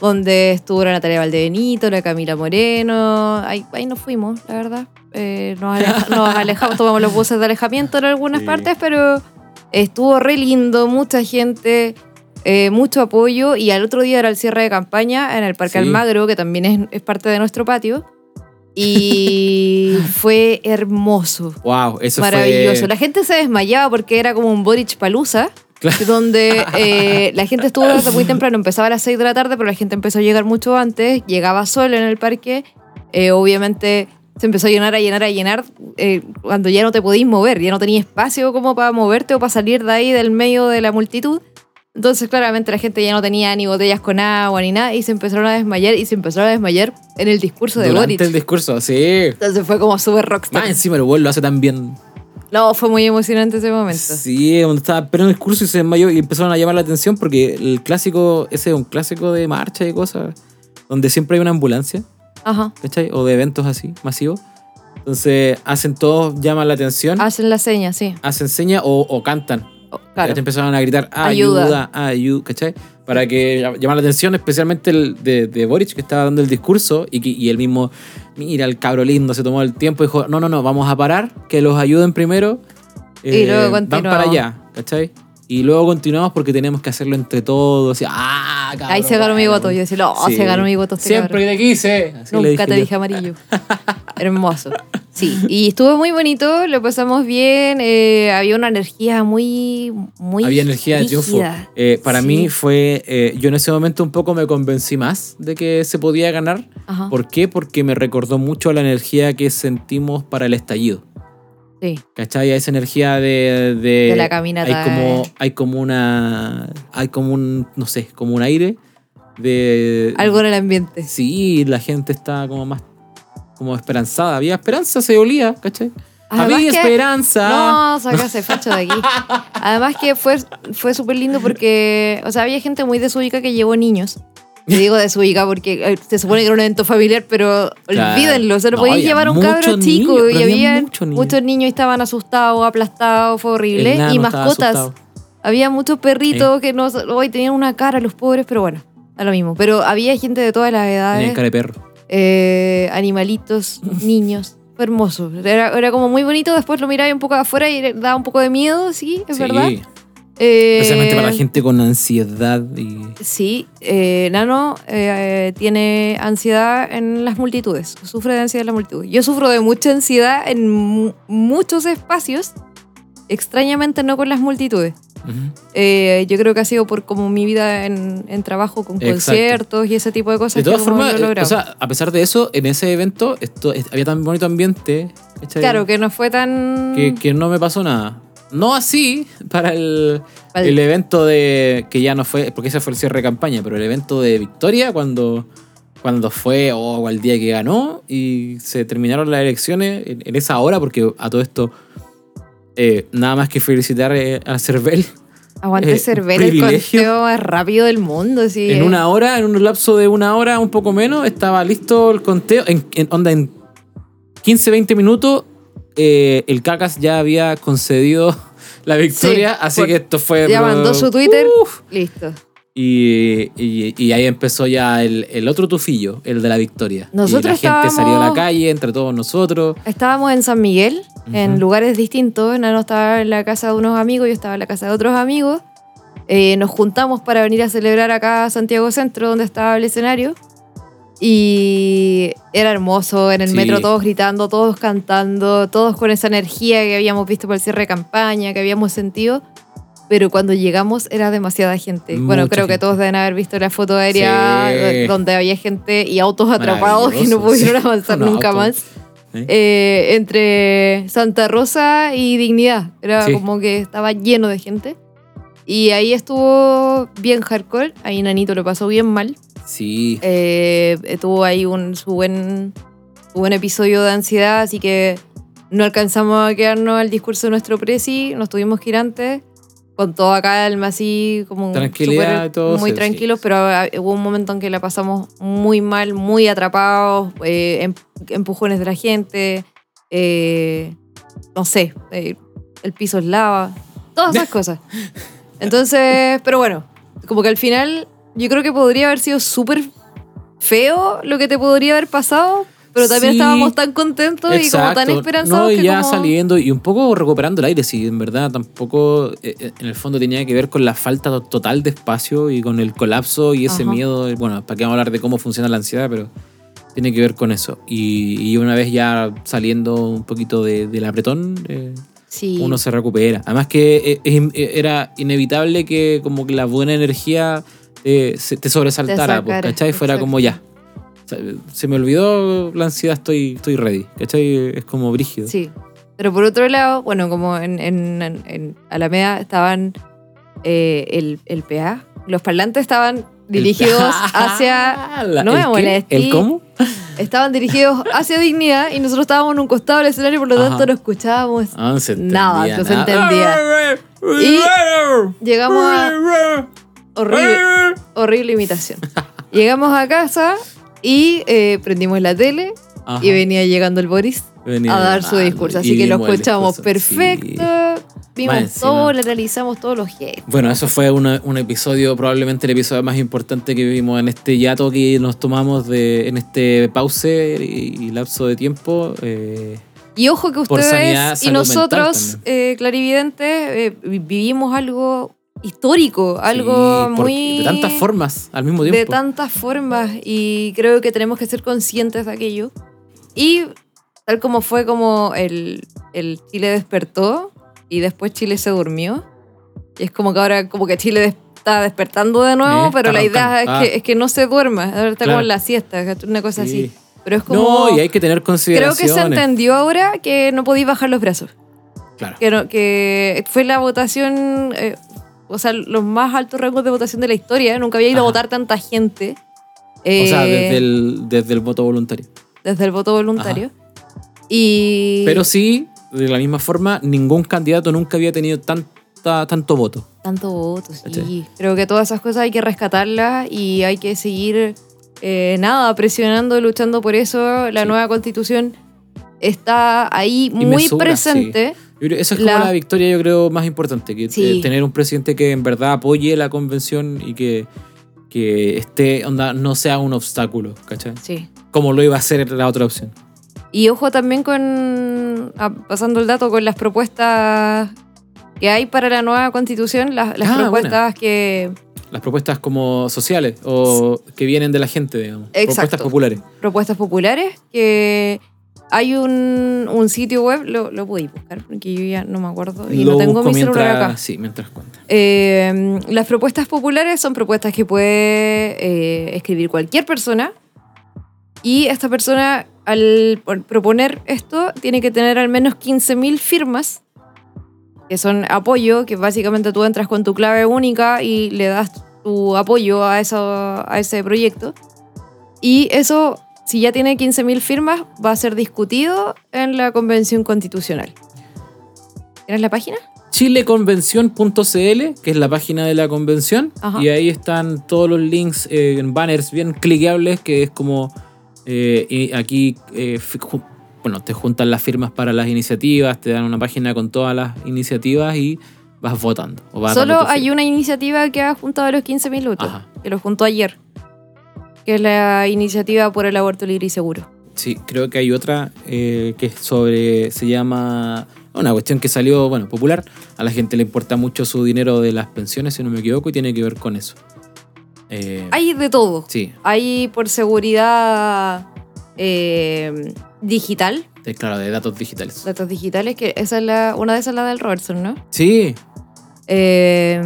Speaker 1: donde estuvo la Natalia Valdebenito, la Camila Moreno, ahí, ahí nos fuimos, la verdad. Eh, nos, aleja- nos alejamos, tomamos los buses de alejamiento en algunas
Speaker 2: Sí.
Speaker 1: partes, pero estuvo re lindo, mucha gente, eh, mucho apoyo y al otro día era el cierre de campaña en el Parque
Speaker 2: Sí.
Speaker 1: Almagro, que también es, es parte de nuestro patio. Y fue hermoso,
Speaker 2: Wow, eso
Speaker 1: maravilloso.
Speaker 2: fue...
Speaker 1: La gente se desmayaba porque era como un Boric Palusa,
Speaker 2: Claro.
Speaker 1: donde eh, la gente estuvo desde muy temprano, empezaba a las 6 de la tarde, pero la gente empezó a llegar mucho antes, llegaba sola en el parque. Eh, obviamente se empezó a llenar, a llenar, a llenar, eh, cuando ya no te podías mover, ya no tenías espacio como para moverte o para salir de ahí del medio de la multitud. Entonces, claramente la gente ya no tenía ni botellas con agua ni nada y se empezaron a desmayar y se empezaron a desmayar en el discurso de
Speaker 2: Durante
Speaker 1: Boric.
Speaker 2: el discurso, sí.
Speaker 1: Entonces fue como súper rockstar.
Speaker 2: Más encima el güey lo hace tan bien.
Speaker 1: No, fue muy emocionante ese momento.
Speaker 2: Sí, donde estaba pero en el discurso y se desmayó y empezaron a llamar la atención porque el clásico, ese es un clásico de marcha y cosas, donde siempre hay una ambulancia.
Speaker 1: Ajá.
Speaker 2: ¿cachai? O de eventos así, masivos. Entonces hacen todos, llaman la atención,
Speaker 1: Hacen la seña, sí.
Speaker 2: hacen señas o, o cantan.
Speaker 1: Oh,
Speaker 2: Ya
Speaker 1: Claro.
Speaker 2: te empezaron a gritar,
Speaker 1: Ayuda.
Speaker 2: ayuda, ayuda, ¿cachai? Para que llam- llamar la atención, especialmente el de, de Boric, que estaba dando el discurso y, que, y él mismo, mira, el cabro lindo se tomó el tiempo y dijo, no, no, no, vamos a parar, que los ayuden primero. eh,
Speaker 1: Y luego
Speaker 2: Van
Speaker 1: continuamos.
Speaker 2: para allá, ¿cachai? Y luego continuamos porque tenemos que hacerlo entre todos. así, ah,
Speaker 1: Ahí
Speaker 2: cabrón,
Speaker 1: se ganó mi
Speaker 2: bueno".
Speaker 1: voto. Yo decía, no,
Speaker 2: Sí.
Speaker 1: se ganó mi voto. este
Speaker 2: Siempre
Speaker 1: cabrón.
Speaker 2: te quise. Así le
Speaker 1: Nunca te
Speaker 2: yo.
Speaker 1: dije amarillo. Hermoso. Sí, y estuvo muy bonito, lo pasamos bien, eh, había una energía muy, muy
Speaker 2: Había energía de triunfo.
Speaker 1: rígida.
Speaker 2: Eh, para
Speaker 1: Sí.
Speaker 2: mí fue. eh, yo en ese momento un poco me convencí más de que se podía ganar.
Speaker 1: Ajá,
Speaker 2: ¿Por qué? Porque me recordó mucho a la energía que sentimos para el estallido.
Speaker 1: sí.
Speaker 2: ¿Cachai? A esa energía de. De,
Speaker 1: De la caminata,
Speaker 2: Hay como,
Speaker 1: eh.
Speaker 2: hay como una. Hay como un. No sé, como un aire de.
Speaker 1: Algo en el ambiente.
Speaker 2: Sí, la gente está como más. Como esperanzada. Había esperanza, se olía, ¿cachai?
Speaker 1: Además
Speaker 2: Había
Speaker 1: Ah, que-
Speaker 2: esperanza.
Speaker 1: No, sacase facho de aquí. Además que fue, fue súper lindo porque, o sea, había gente muy desubica que llevó niños. Te digo desubica porque eh, se supone que era un evento familiar, pero
Speaker 2: Claro.
Speaker 1: olvídenlo, se lo
Speaker 2: No,
Speaker 1: podían
Speaker 2: había
Speaker 1: llevar a un
Speaker 2: muchos
Speaker 1: cabro
Speaker 2: niños,
Speaker 1: chico
Speaker 2: pero
Speaker 1: y
Speaker 2: había
Speaker 1: había
Speaker 2: muchos niños.
Speaker 1: muchos niños y estaban asustados, aplastados, fue horrible.
Speaker 2: El nano
Speaker 1: y
Speaker 2: estaba
Speaker 1: mascotas.
Speaker 2: asustado.
Speaker 1: Había muchos perritos que no, hoy tenían una cara los pobres, pero bueno, da lo mismo. Pero había gente de todas las edades
Speaker 2: Tenía cara de perro.
Speaker 1: eh, animalitos, niños. Fue hermoso. Era, era como muy bonito. Después lo miraba un poco de afuera y daba un poco de miedo, sí, es
Speaker 2: Sí.
Speaker 1: verdad. Eh,
Speaker 2: Especialmente para la gente con ansiedad y.
Speaker 1: Sí, eh, Nano eh, tiene ansiedad en las multitudes, sufre de ansiedad en las multitudes. Yo sufro de mucha ansiedad en mu- muchos espacios, extrañamente no con las multitudes.
Speaker 2: Ujú.
Speaker 1: Eh, yo creo que ha sido por como mi vida en, en trabajo con
Speaker 2: Exacto.
Speaker 1: conciertos y ese tipo de cosas.
Speaker 2: De todas
Speaker 1: que como
Speaker 2: formas,
Speaker 1: lo he
Speaker 2: eh, o
Speaker 1: logrado.
Speaker 2: sea, a pesar de eso, en ese evento esto, es- había tan bonito ambiente. ¿cachai?
Speaker 1: claro, que no fue tan...
Speaker 2: eh, que, que no me pasó nada. No así para el,
Speaker 1: Vale.
Speaker 2: el evento de. que ya no fue. porque ese fue el cierre de campaña, pero el evento de Victoria, cuando, cuando fue o al día que ganó y se terminaron las elecciones en, en esa hora, porque a todo esto. eh, nada más que felicitar eh, a Cervel.
Speaker 1: Aguante
Speaker 2: eh,
Speaker 1: Cervera, el
Speaker 2: privilegio.
Speaker 1: conteo más rápido del mundo. Sí,
Speaker 2: En
Speaker 1: eh.
Speaker 2: una hora, en un lapso de una hora, un poco menos, estaba listo el conteo. En, en- onda, en 15, 20 minutos, eh, el Cacas ya había concedido la victoria,
Speaker 1: Sí,
Speaker 2: así
Speaker 1: por-
Speaker 2: que esto fue...
Speaker 1: ya
Speaker 2: pero-
Speaker 1: mandó su Twitter.
Speaker 2: Uf.
Speaker 1: Listo.
Speaker 2: y, y- y ahí empezó ya el, el otro tufillo, el de la victoria.
Speaker 1: Nosotros
Speaker 2: y la
Speaker 1: estábamos-
Speaker 2: gente salió a la calle, entre todos nosotros.
Speaker 1: Estábamos en San Miguel, en
Speaker 2: Ujú.
Speaker 1: lugares distintos. Nano estaba en la casa de unos amigos, yo estaba en la casa de otros amigos. Eh, nos juntamos para venir a celebrar acá a Santiago Centro, donde estaba el escenario. Y era hermoso, en el
Speaker 2: Sí.
Speaker 1: metro todos gritando, todos cantando, todos con esa energía que habíamos visto por el cierre de campaña, que habíamos sentido. Pero cuando llegamos era demasiada gente. bueno,
Speaker 2: Mucha
Speaker 1: creo que
Speaker 2: gente.
Speaker 1: todos deben haber visto la foto aérea
Speaker 2: Sí.
Speaker 1: donde había gente y autos atrapados que no
Speaker 2: Maravilloso,
Speaker 1: pudieron
Speaker 2: sí.
Speaker 1: avanzar
Speaker 2: Unos
Speaker 1: nunca
Speaker 2: autos.
Speaker 1: más
Speaker 2: ¿eh?
Speaker 1: eh, entre Santa Rosa y Dignidad. Era
Speaker 2: Sí.
Speaker 1: como que estaba lleno de gente. Y ahí estuvo bien hardcore. Ahí Nanito lo pasó bien mal.
Speaker 2: sí.
Speaker 1: Eh, tuvo ahí un, su, buen, su buen episodio de ansiedad, así que no alcanzamos a quedarnos al discurso de nuestro presi. Nos tuvimos que ir antes. Con toda calma, así como súper-
Speaker 2: Tranquilidad y todo,
Speaker 1: muy
Speaker 2: sí,
Speaker 1: tranquilos,
Speaker 2: sí.
Speaker 1: pero ah, hubo un momento en que la pasamos muy mal, muy atrapados, eh, em- empujones de la gente, eh, no sé, eh, el piso es lava, todas esas cosas. Entonces, pero bueno, como que al final yo creo que podría haber sido súper feo lo que te podría haber pasado, pero también
Speaker 2: Sí.
Speaker 1: estábamos tan contentos y como tan
Speaker 2: Exacto.
Speaker 1: esperanzados
Speaker 2: No, y
Speaker 1: que
Speaker 2: ya
Speaker 1: como-
Speaker 2: saliendo y un poco recuperando el aire, si en verdad tampoco eh, eh, en el fondo tenía que ver con la falta to- total de espacio y con el colapso y ese
Speaker 1: Ajá.
Speaker 2: miedo. y Bueno, para qué vamos a hablar de cómo funciona la ansiedad, pero tiene que ver con eso. Y, y una vez ya saliendo un poquito de- del apretón, eh,
Speaker 1: Sí.
Speaker 2: uno se recupera. Además que eh, es in- eh, era inevitable que como que la buena energía eh, se- te sobresaltara,
Speaker 1: Te sacara,
Speaker 2: pues, ¿cachai? Fuera
Speaker 1: exacto.
Speaker 2: como ya. O sea, Se me olvidó la ansiedad, estoy, estoy ready. ¿Cachai? Es como brígido.
Speaker 1: Sí. Pero por otro lado, bueno, como en, en- en- en Alameda estaban eh, el, el PA, los parlantes estaban dirigidos hacia.
Speaker 2: La-
Speaker 1: no me
Speaker 2: ¿el qué?
Speaker 1: molestí.
Speaker 2: ¿El cómo?
Speaker 1: Estaban dirigidos hacia dignidad y nosotros estábamos en un costado del escenario, por lo
Speaker 2: Ajá.
Speaker 1: tanto no escuchábamos.
Speaker 2: Ah, no se entendía
Speaker 1: Nada, no se
Speaker 2: nada.
Speaker 1: Llegamos a horrible, horrible imitación. Llegamos a casa y eh, prendimos la tele
Speaker 2: Ajá.
Speaker 1: y venía llegando el Boris
Speaker 2: Venía
Speaker 1: a dar su
Speaker 2: llegando.
Speaker 1: discurso.
Speaker 2: Y
Speaker 1: Así que lo
Speaker 2: vimos el
Speaker 1: escuchamos
Speaker 2: discurso, sí.
Speaker 1: perfecto. Vimos
Speaker 2: encima.
Speaker 1: todo, le analizamos todos los gestos.
Speaker 2: Bueno, eso fue una- un episodio, probablemente el episodio más importante que vivimos en este yato que nos tomamos de, en este pause y, y lapso de tiempo. eh,
Speaker 1: Y ojo que
Speaker 2: Por sanidad,
Speaker 1: ustedes y
Speaker 2: salud
Speaker 1: nosotros,
Speaker 2: mental
Speaker 1: eh, clarividentes, eh, vi- vivimos algo histórico, algo
Speaker 2: sí, por-
Speaker 1: muy...
Speaker 2: De tantas formas al mismo tiempo.
Speaker 1: De tantas formas y creo que tenemos que ser conscientes de aquello. Y tal como fue como el, el Chile despertó y después Chile se durmió. Y es como que ahora como que Chile des- está despertando de nuevo,
Speaker 2: Eh,
Speaker 1: pero
Speaker 2: está
Speaker 1: la idea es
Speaker 2: arrancando.
Speaker 1: que,
Speaker 2: Ah.
Speaker 1: es que no se duerma. Ahora está
Speaker 2: Claro.
Speaker 1: como en la siesta, ¿cachai? una cosa
Speaker 2: Sí.
Speaker 1: así. Pero es como...
Speaker 2: No, y hay que tener
Speaker 1: Creo que
Speaker 2: consideraciones.
Speaker 1: se entendió ahora que no podía bajar los brazos.
Speaker 2: Claro.
Speaker 1: Que, no- que fue la votación, eh, o sea, los más altos rangos de votación de la historia. ¿eh? Nunca había ido a
Speaker 2: Ajá.
Speaker 1: votar tanta gente.
Speaker 2: o sea,
Speaker 1: eh,
Speaker 2: desde el, desde el voto voluntario.
Speaker 1: desde el voto voluntario. Y
Speaker 2: Pero sí, de la misma forma, ningún candidato nunca había tenido tanta, tanto voto.
Speaker 1: tanto voto, sí.
Speaker 2: ¿Cachai?
Speaker 1: Creo que todas esas cosas hay que rescatarlas y hay que seguir, eh, nada, presionando, luchando por eso. La
Speaker 2: Sí.
Speaker 1: nueva constitución está ahí
Speaker 2: Y
Speaker 1: muy
Speaker 2: mesura,
Speaker 1: presente.
Speaker 2: Yo creo- Esa es como
Speaker 1: La-
Speaker 2: la, victoria, yo creo, más importante, que
Speaker 1: Sí.
Speaker 2: eh, tener un presidente que en verdad apoye la convención y que, que esté, onda, no sea un obstáculo, ¿cachai?
Speaker 1: sí.
Speaker 2: Como lo iba a ser la otra opción.
Speaker 1: Y ojo también con, a- pasando el dato, con las propuestas que hay para la nueva constitución, las, las
Speaker 2: Ah,
Speaker 1: propuestas que...
Speaker 2: Las propuestas como sociales o que vienen de la gente, digamos.
Speaker 1: Exacto.
Speaker 2: Propuestas populares.
Speaker 1: propuestas populares que hay un, un sitio web, lo, lo podéis buscar porque yo ya no me acuerdo y
Speaker 2: Lo
Speaker 1: no tengo
Speaker 2: busco
Speaker 1: mi celular
Speaker 2: mientras-
Speaker 1: acá.
Speaker 2: Sí, mientras cuenta.
Speaker 1: Eh, las propuestas populares son propuestas que puede eh, escribir cualquier persona y esta persona al por- proponer esto tiene que tener al menos 15.000 firmas que son apoyo, que básicamente tú entras con tu clave única y le das tu apoyo a, eso, a ese proyecto. Y eso, si ya tiene 15.000 firmas, va a ser discutido en la Convención Constitucional. ¿Tienes la página?
Speaker 2: chileconvención.cl, que es la página de la convención,
Speaker 1: Ajá.
Speaker 2: y ahí están todos los links eh, en banners bien cliqueables, que es como eh, y aquí, eh, fi- ju- bueno, te juntan las firmas para las iniciativas, te dan una página con todas las iniciativas y vas votando. o vas dando
Speaker 1: Solo
Speaker 2: tu
Speaker 1: hay
Speaker 2: firma.
Speaker 1: una iniciativa que ha juntado los 15.000 votos,
Speaker 2: Ajá.
Speaker 1: que lo juntó ayer, que es la iniciativa por el aborto libre y seguro.
Speaker 2: Sí, creo que hay otra eh, que es sobre, se llama, una cuestión que salió, bueno, popular, a la gente le importa mucho su dinero de las pensiones, si no me equivoco, y tiene que ver con eso. Eh,
Speaker 1: Hay de todo.
Speaker 2: Sí,
Speaker 1: Hay por seguridad eh, digital,
Speaker 2: de- claro, de datos digitales.
Speaker 1: datos digitales, que esa es la, una de esas es la del Robertson, ¿no?
Speaker 2: Sí,
Speaker 1: Eh,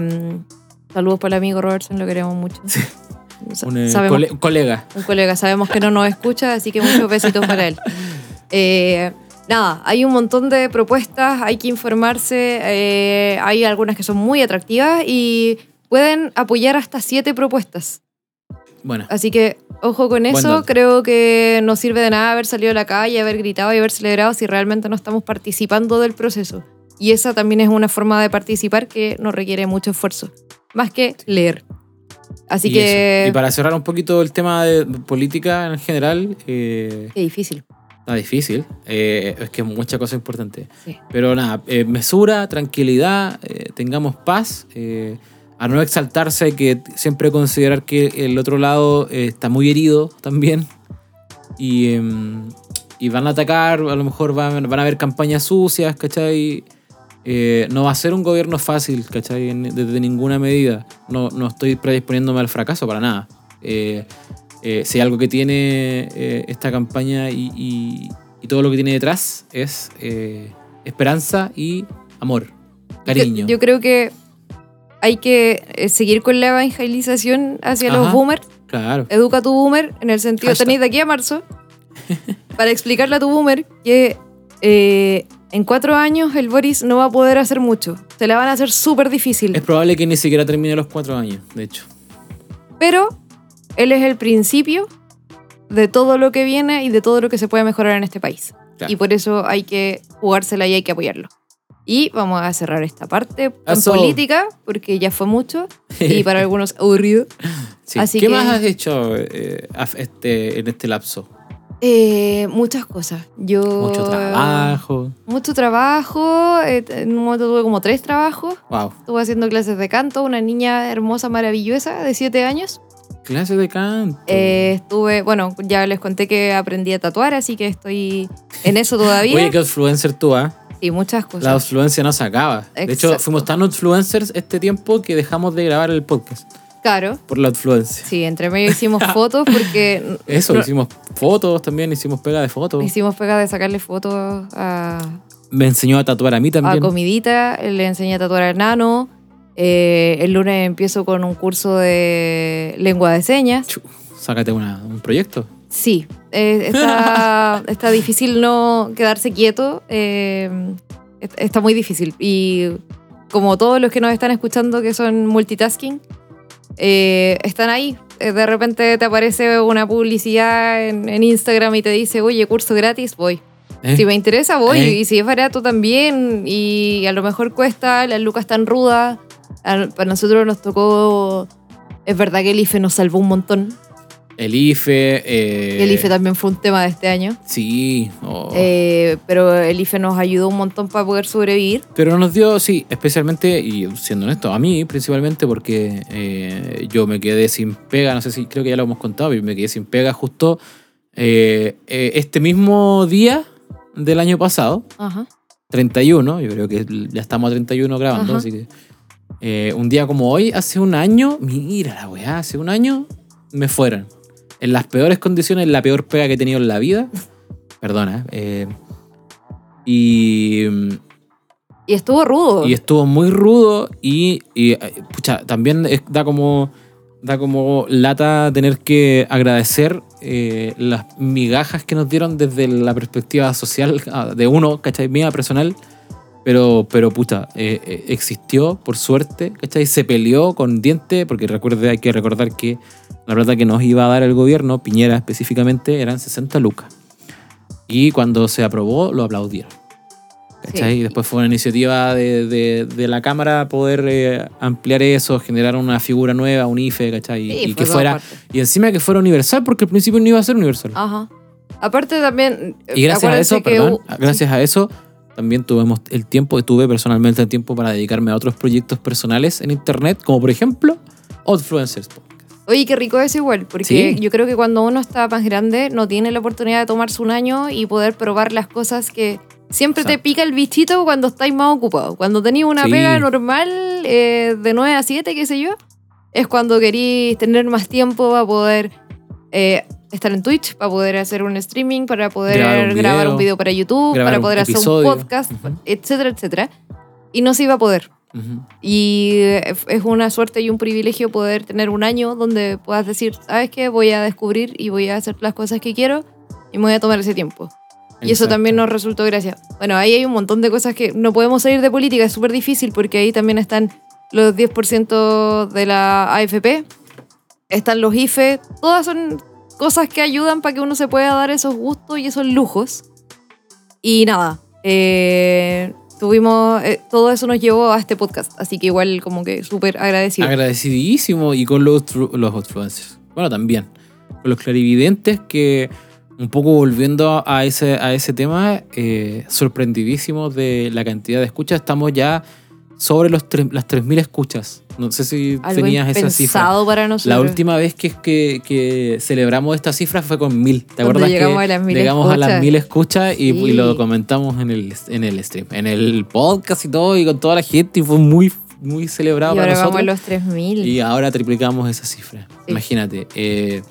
Speaker 1: saludos para el amigo Robertson, lo queremos mucho. Sa-
Speaker 2: un eh,
Speaker 1: sabemos
Speaker 2: cole- colega.
Speaker 1: un colega, sabemos que no nos escucha, así que muchos besitos para él. Eh, nada, hay un montón de propuestas, hay que informarse, eh, hay algunas que son muy atractivas y pueden apoyar hasta siete propuestas.
Speaker 2: Bueno,
Speaker 1: Así que ojo con
Speaker 2: Buen
Speaker 1: eso,
Speaker 2: dato.
Speaker 1: creo que no sirve de nada haber salido a la calle, haber gritado y haber celebrado si realmente no estamos participando del proceso. Y esa también es una forma de participar que no requiere mucho esfuerzo, más que leer. Así
Speaker 2: y
Speaker 1: que...
Speaker 2: eso. Y para cerrar un poquito el tema de política en general, eh,
Speaker 1: Qué difícil.
Speaker 2: está difícil. eh, es que es mucha cosa importante.
Speaker 1: Sí.
Speaker 2: Pero nada, eh, mesura, tranquilidad, eh, tengamos paz. eh, a no exaltarse, que siempre considerar que el otro lado eh, está muy herido también. Y, em, y van a atacar, a lo mejor van, van a haber campañas sucias, ¿cachai? Eh, no va a ser un gobierno fácil, ¿cachai? En- Desde ninguna medida. No, no estoy predisponiéndome al fracaso para nada. Eh, eh, si algo que tiene eh, esta campaña y, y- y todo lo que tiene detrás es eh, esperanza y amor, cariño.
Speaker 1: Yo, yo creo que hay que eh, seguir con la evangelización hacia los
Speaker 2: Ajá.
Speaker 1: boomers.
Speaker 2: claro.
Speaker 1: Educa a tu boomer en el sentido,
Speaker 2: Hashtag.
Speaker 1: tenéis de aquí a marzo, para explicarle a tu boomer que eh, en cuatro años el Boris no va a poder hacer mucho. Se la van a hacer súper difícil.
Speaker 2: Es probable que ni siquiera termine los cuatro años, de hecho.
Speaker 1: Pero él es el principio de todo lo que viene y de todo lo que se puede mejorar en este país.
Speaker 2: Claro.
Speaker 1: Y por eso hay que jugársela y hay que apoyarlo. Y vamos a cerrar esta parte tan
Speaker 2: Eso.
Speaker 1: política, porque ya fue mucho y para algunos aburrido.
Speaker 2: Sí.
Speaker 1: Así
Speaker 2: ¿Qué
Speaker 1: que-
Speaker 2: más has hecho eh, af- este, en este lapso?
Speaker 1: Eh, muchas cosas. Yo,
Speaker 2: Mucho trabajo.
Speaker 1: Mucho trabajo. eh, en un momento tuve como tres trabajos.
Speaker 2: Wow.
Speaker 1: Estuve haciendo clases de canto, una niña hermosa, maravillosa, de siete años.
Speaker 2: Clase de canto.
Speaker 1: Eh, estuve, bueno, ya les conté que aprendí a tatuar, así que estoy en eso todavía.
Speaker 2: Oye, qué influencer tú, ¿ah?
Speaker 1: Pues Sí, muchas
Speaker 2: La
Speaker 1: cosas.
Speaker 2: influencia no se acaba. De hecho,
Speaker 1: Exacto.
Speaker 2: fuimos tan influencers este tiempo que dejamos de grabar el podcast
Speaker 1: Claro.
Speaker 2: por la influencia.
Speaker 1: Sí, entre medio hicimos fotos porque
Speaker 2: Eso,
Speaker 1: No.
Speaker 2: hicimos fotos también, hicimos pega de fotos.
Speaker 1: hicimos pega de sacarle fotos a,
Speaker 2: Me enseñó a tatuar a mí
Speaker 1: a
Speaker 2: también.
Speaker 1: comidita, le enseñé a tatuar al nano. eh, el lunes empiezo con un curso de lengua de señas.
Speaker 2: Chu, Sácate una- un proyecto.
Speaker 1: Sí, eh, está, está difícil no quedarse quieto. eh, est- está muy difícil. Y como todos los que nos están escuchando que son multitasking, eh, están ahí. Eh, De repente te aparece una publicidad en, en Instagram y te dice, oye, curso gratis, voy.
Speaker 2: ¿eh?
Speaker 1: Si me interesa, voy.
Speaker 2: Eh.
Speaker 1: Y si es barato también. Y a lo mejor cuesta, las lucas tan rudas. A- Para nosotros nos tocó. Es verdad que el IFE nos salvó un montón.
Speaker 2: El IFE. eh,
Speaker 1: el IFE también fue un tema de este año.
Speaker 2: Sí. oh.
Speaker 1: Eh, pero el IFE nos ayudó un montón para poder sobrevivir.
Speaker 2: Pero nos dio, sí, especialmente, y siendo honesto, a mí principalmente porque eh, yo me quedé sin pega, no sé si creo que ya lo hemos contado, pero me quedé sin pega justo eh, eh, este mismo día del año pasado.
Speaker 1: Ajá.
Speaker 2: 31, yo creo que ya estamos a 31 grabando,
Speaker 1: Ajá.
Speaker 2: así que eh, un día como hoy, hace un año, mira la weá, hace un año me fueron. En las peores condiciones, la peor pega que he tenido en la vida. Perdona. eh, y mm,
Speaker 1: Y estuvo rudo.
Speaker 2: y estuvo muy rudo y, y, eh, pucha, también es- da como da como lata tener que agradecer eh, las migajas que nos dieron desde la perspectiva social ah, de uno, ¿cachai? Mía personal. Pero, pero puta, eh, eh, existió, por suerte, ¿cachai? Se peleó con diente, porque recuerde, hay que recordar que la plata que nos iba a dar el gobierno, Piñera específicamente, eran 60 lucas. Y cuando se aprobó, lo aplaudieron. ¿Cachai?
Speaker 1: Sí.
Speaker 2: Y después fue una iniciativa de, de- de la Cámara poder eh, ampliar eso, generar una figura nueva, un IFE, ¿cachai? Y,
Speaker 1: Sí,
Speaker 2: y
Speaker 1: fue
Speaker 2: que
Speaker 1: todo
Speaker 2: fuera.
Speaker 1: aparte.
Speaker 2: Y encima que fuera universal, porque al principio no iba a ser universal.
Speaker 1: Ajá. Aparte también.
Speaker 2: Y gracias a
Speaker 1: Ah, acuérdense
Speaker 2: eso,
Speaker 1: que
Speaker 2: perdón,
Speaker 1: hubo-
Speaker 2: gracias a eso también tuvimos el tiempo, y tuve personalmente el tiempo para dedicarme a otros proyectos personales en internet, como por ejemplo Outfluencers.
Speaker 1: Oye, qué rico es igual, porque
Speaker 2: Sí.
Speaker 1: yo creo que cuando uno está más grande no tiene la oportunidad de tomarse un año y poder probar las cosas que siempre te
Speaker 2: Exacto.
Speaker 1: pica el bichito cuando estáis más ocupados. Cuando tenéis una
Speaker 2: Sí.
Speaker 1: pega normal eh, de 9 a 7, qué sé yo, es cuando querís tener más tiempo para poder eh, estar en Twitch, para poder hacer un streaming, para poder
Speaker 2: Grabar
Speaker 1: grabar
Speaker 2: un
Speaker 1: un video,
Speaker 2: video,
Speaker 1: para YouTube,
Speaker 2: grabar
Speaker 1: para
Speaker 2: un
Speaker 1: poder hacer un
Speaker 2: episodio.
Speaker 1: podcast,
Speaker 2: Ujú.
Speaker 1: etcétera, etcétera. Y no se iba a poder. Y eh, f- es una suerte y un privilegio poder tener un año donde puedas decir, ¿sabes qué? Voy a descubrir y voy a hacer las cosas que quiero y me voy a tomar ese tiempo. Y eso también nos resultó gracias. Bueno, ahí hay un montón de cosas que no podemos salir de política, es súper difícil porque ahí también están los 10% de la AFP, están los IFE, todas son cosas que ayudan para que uno se pueda dar esos gustos y esos lujos. Y nada, eh, tuvimos, eh, todo eso nos llevó a este podcast, así que igual como que súper agradecido.
Speaker 2: Agradecidísimo y con los, tru- los Outfluencers. Bueno, también. Con los clarividentes que, un poco volviendo a ese, a ese tema, eh, sorprendidísimos de la cantidad de escuchas. Estamos ya sobre los tres- las 3.000 escuchas. No sé si
Speaker 1: Algo
Speaker 2: tenías esa cifra.
Speaker 1: impensado para nosotros.
Speaker 2: La última vez que, que, que celebramos esta cifra fue con mil. ¿Te
Speaker 1: Cuando
Speaker 2: acuerdas
Speaker 1: llegamos
Speaker 2: que
Speaker 1: a las mil
Speaker 2: llegamos a las
Speaker 1: escuchas?
Speaker 2: mil escuchas y,
Speaker 1: Sí.
Speaker 2: y lo comentamos en el, en el stream, en el podcast y todo, y con toda la gente, y fue muy, muy
Speaker 1: Y
Speaker 2: celebrado
Speaker 1: ahora
Speaker 2: para
Speaker 1: vamos a
Speaker 2: nosotros.
Speaker 1: los 3.000.
Speaker 2: Y ahora triplicamos esa cifra.
Speaker 1: Sí.
Speaker 2: Imagínate. eh,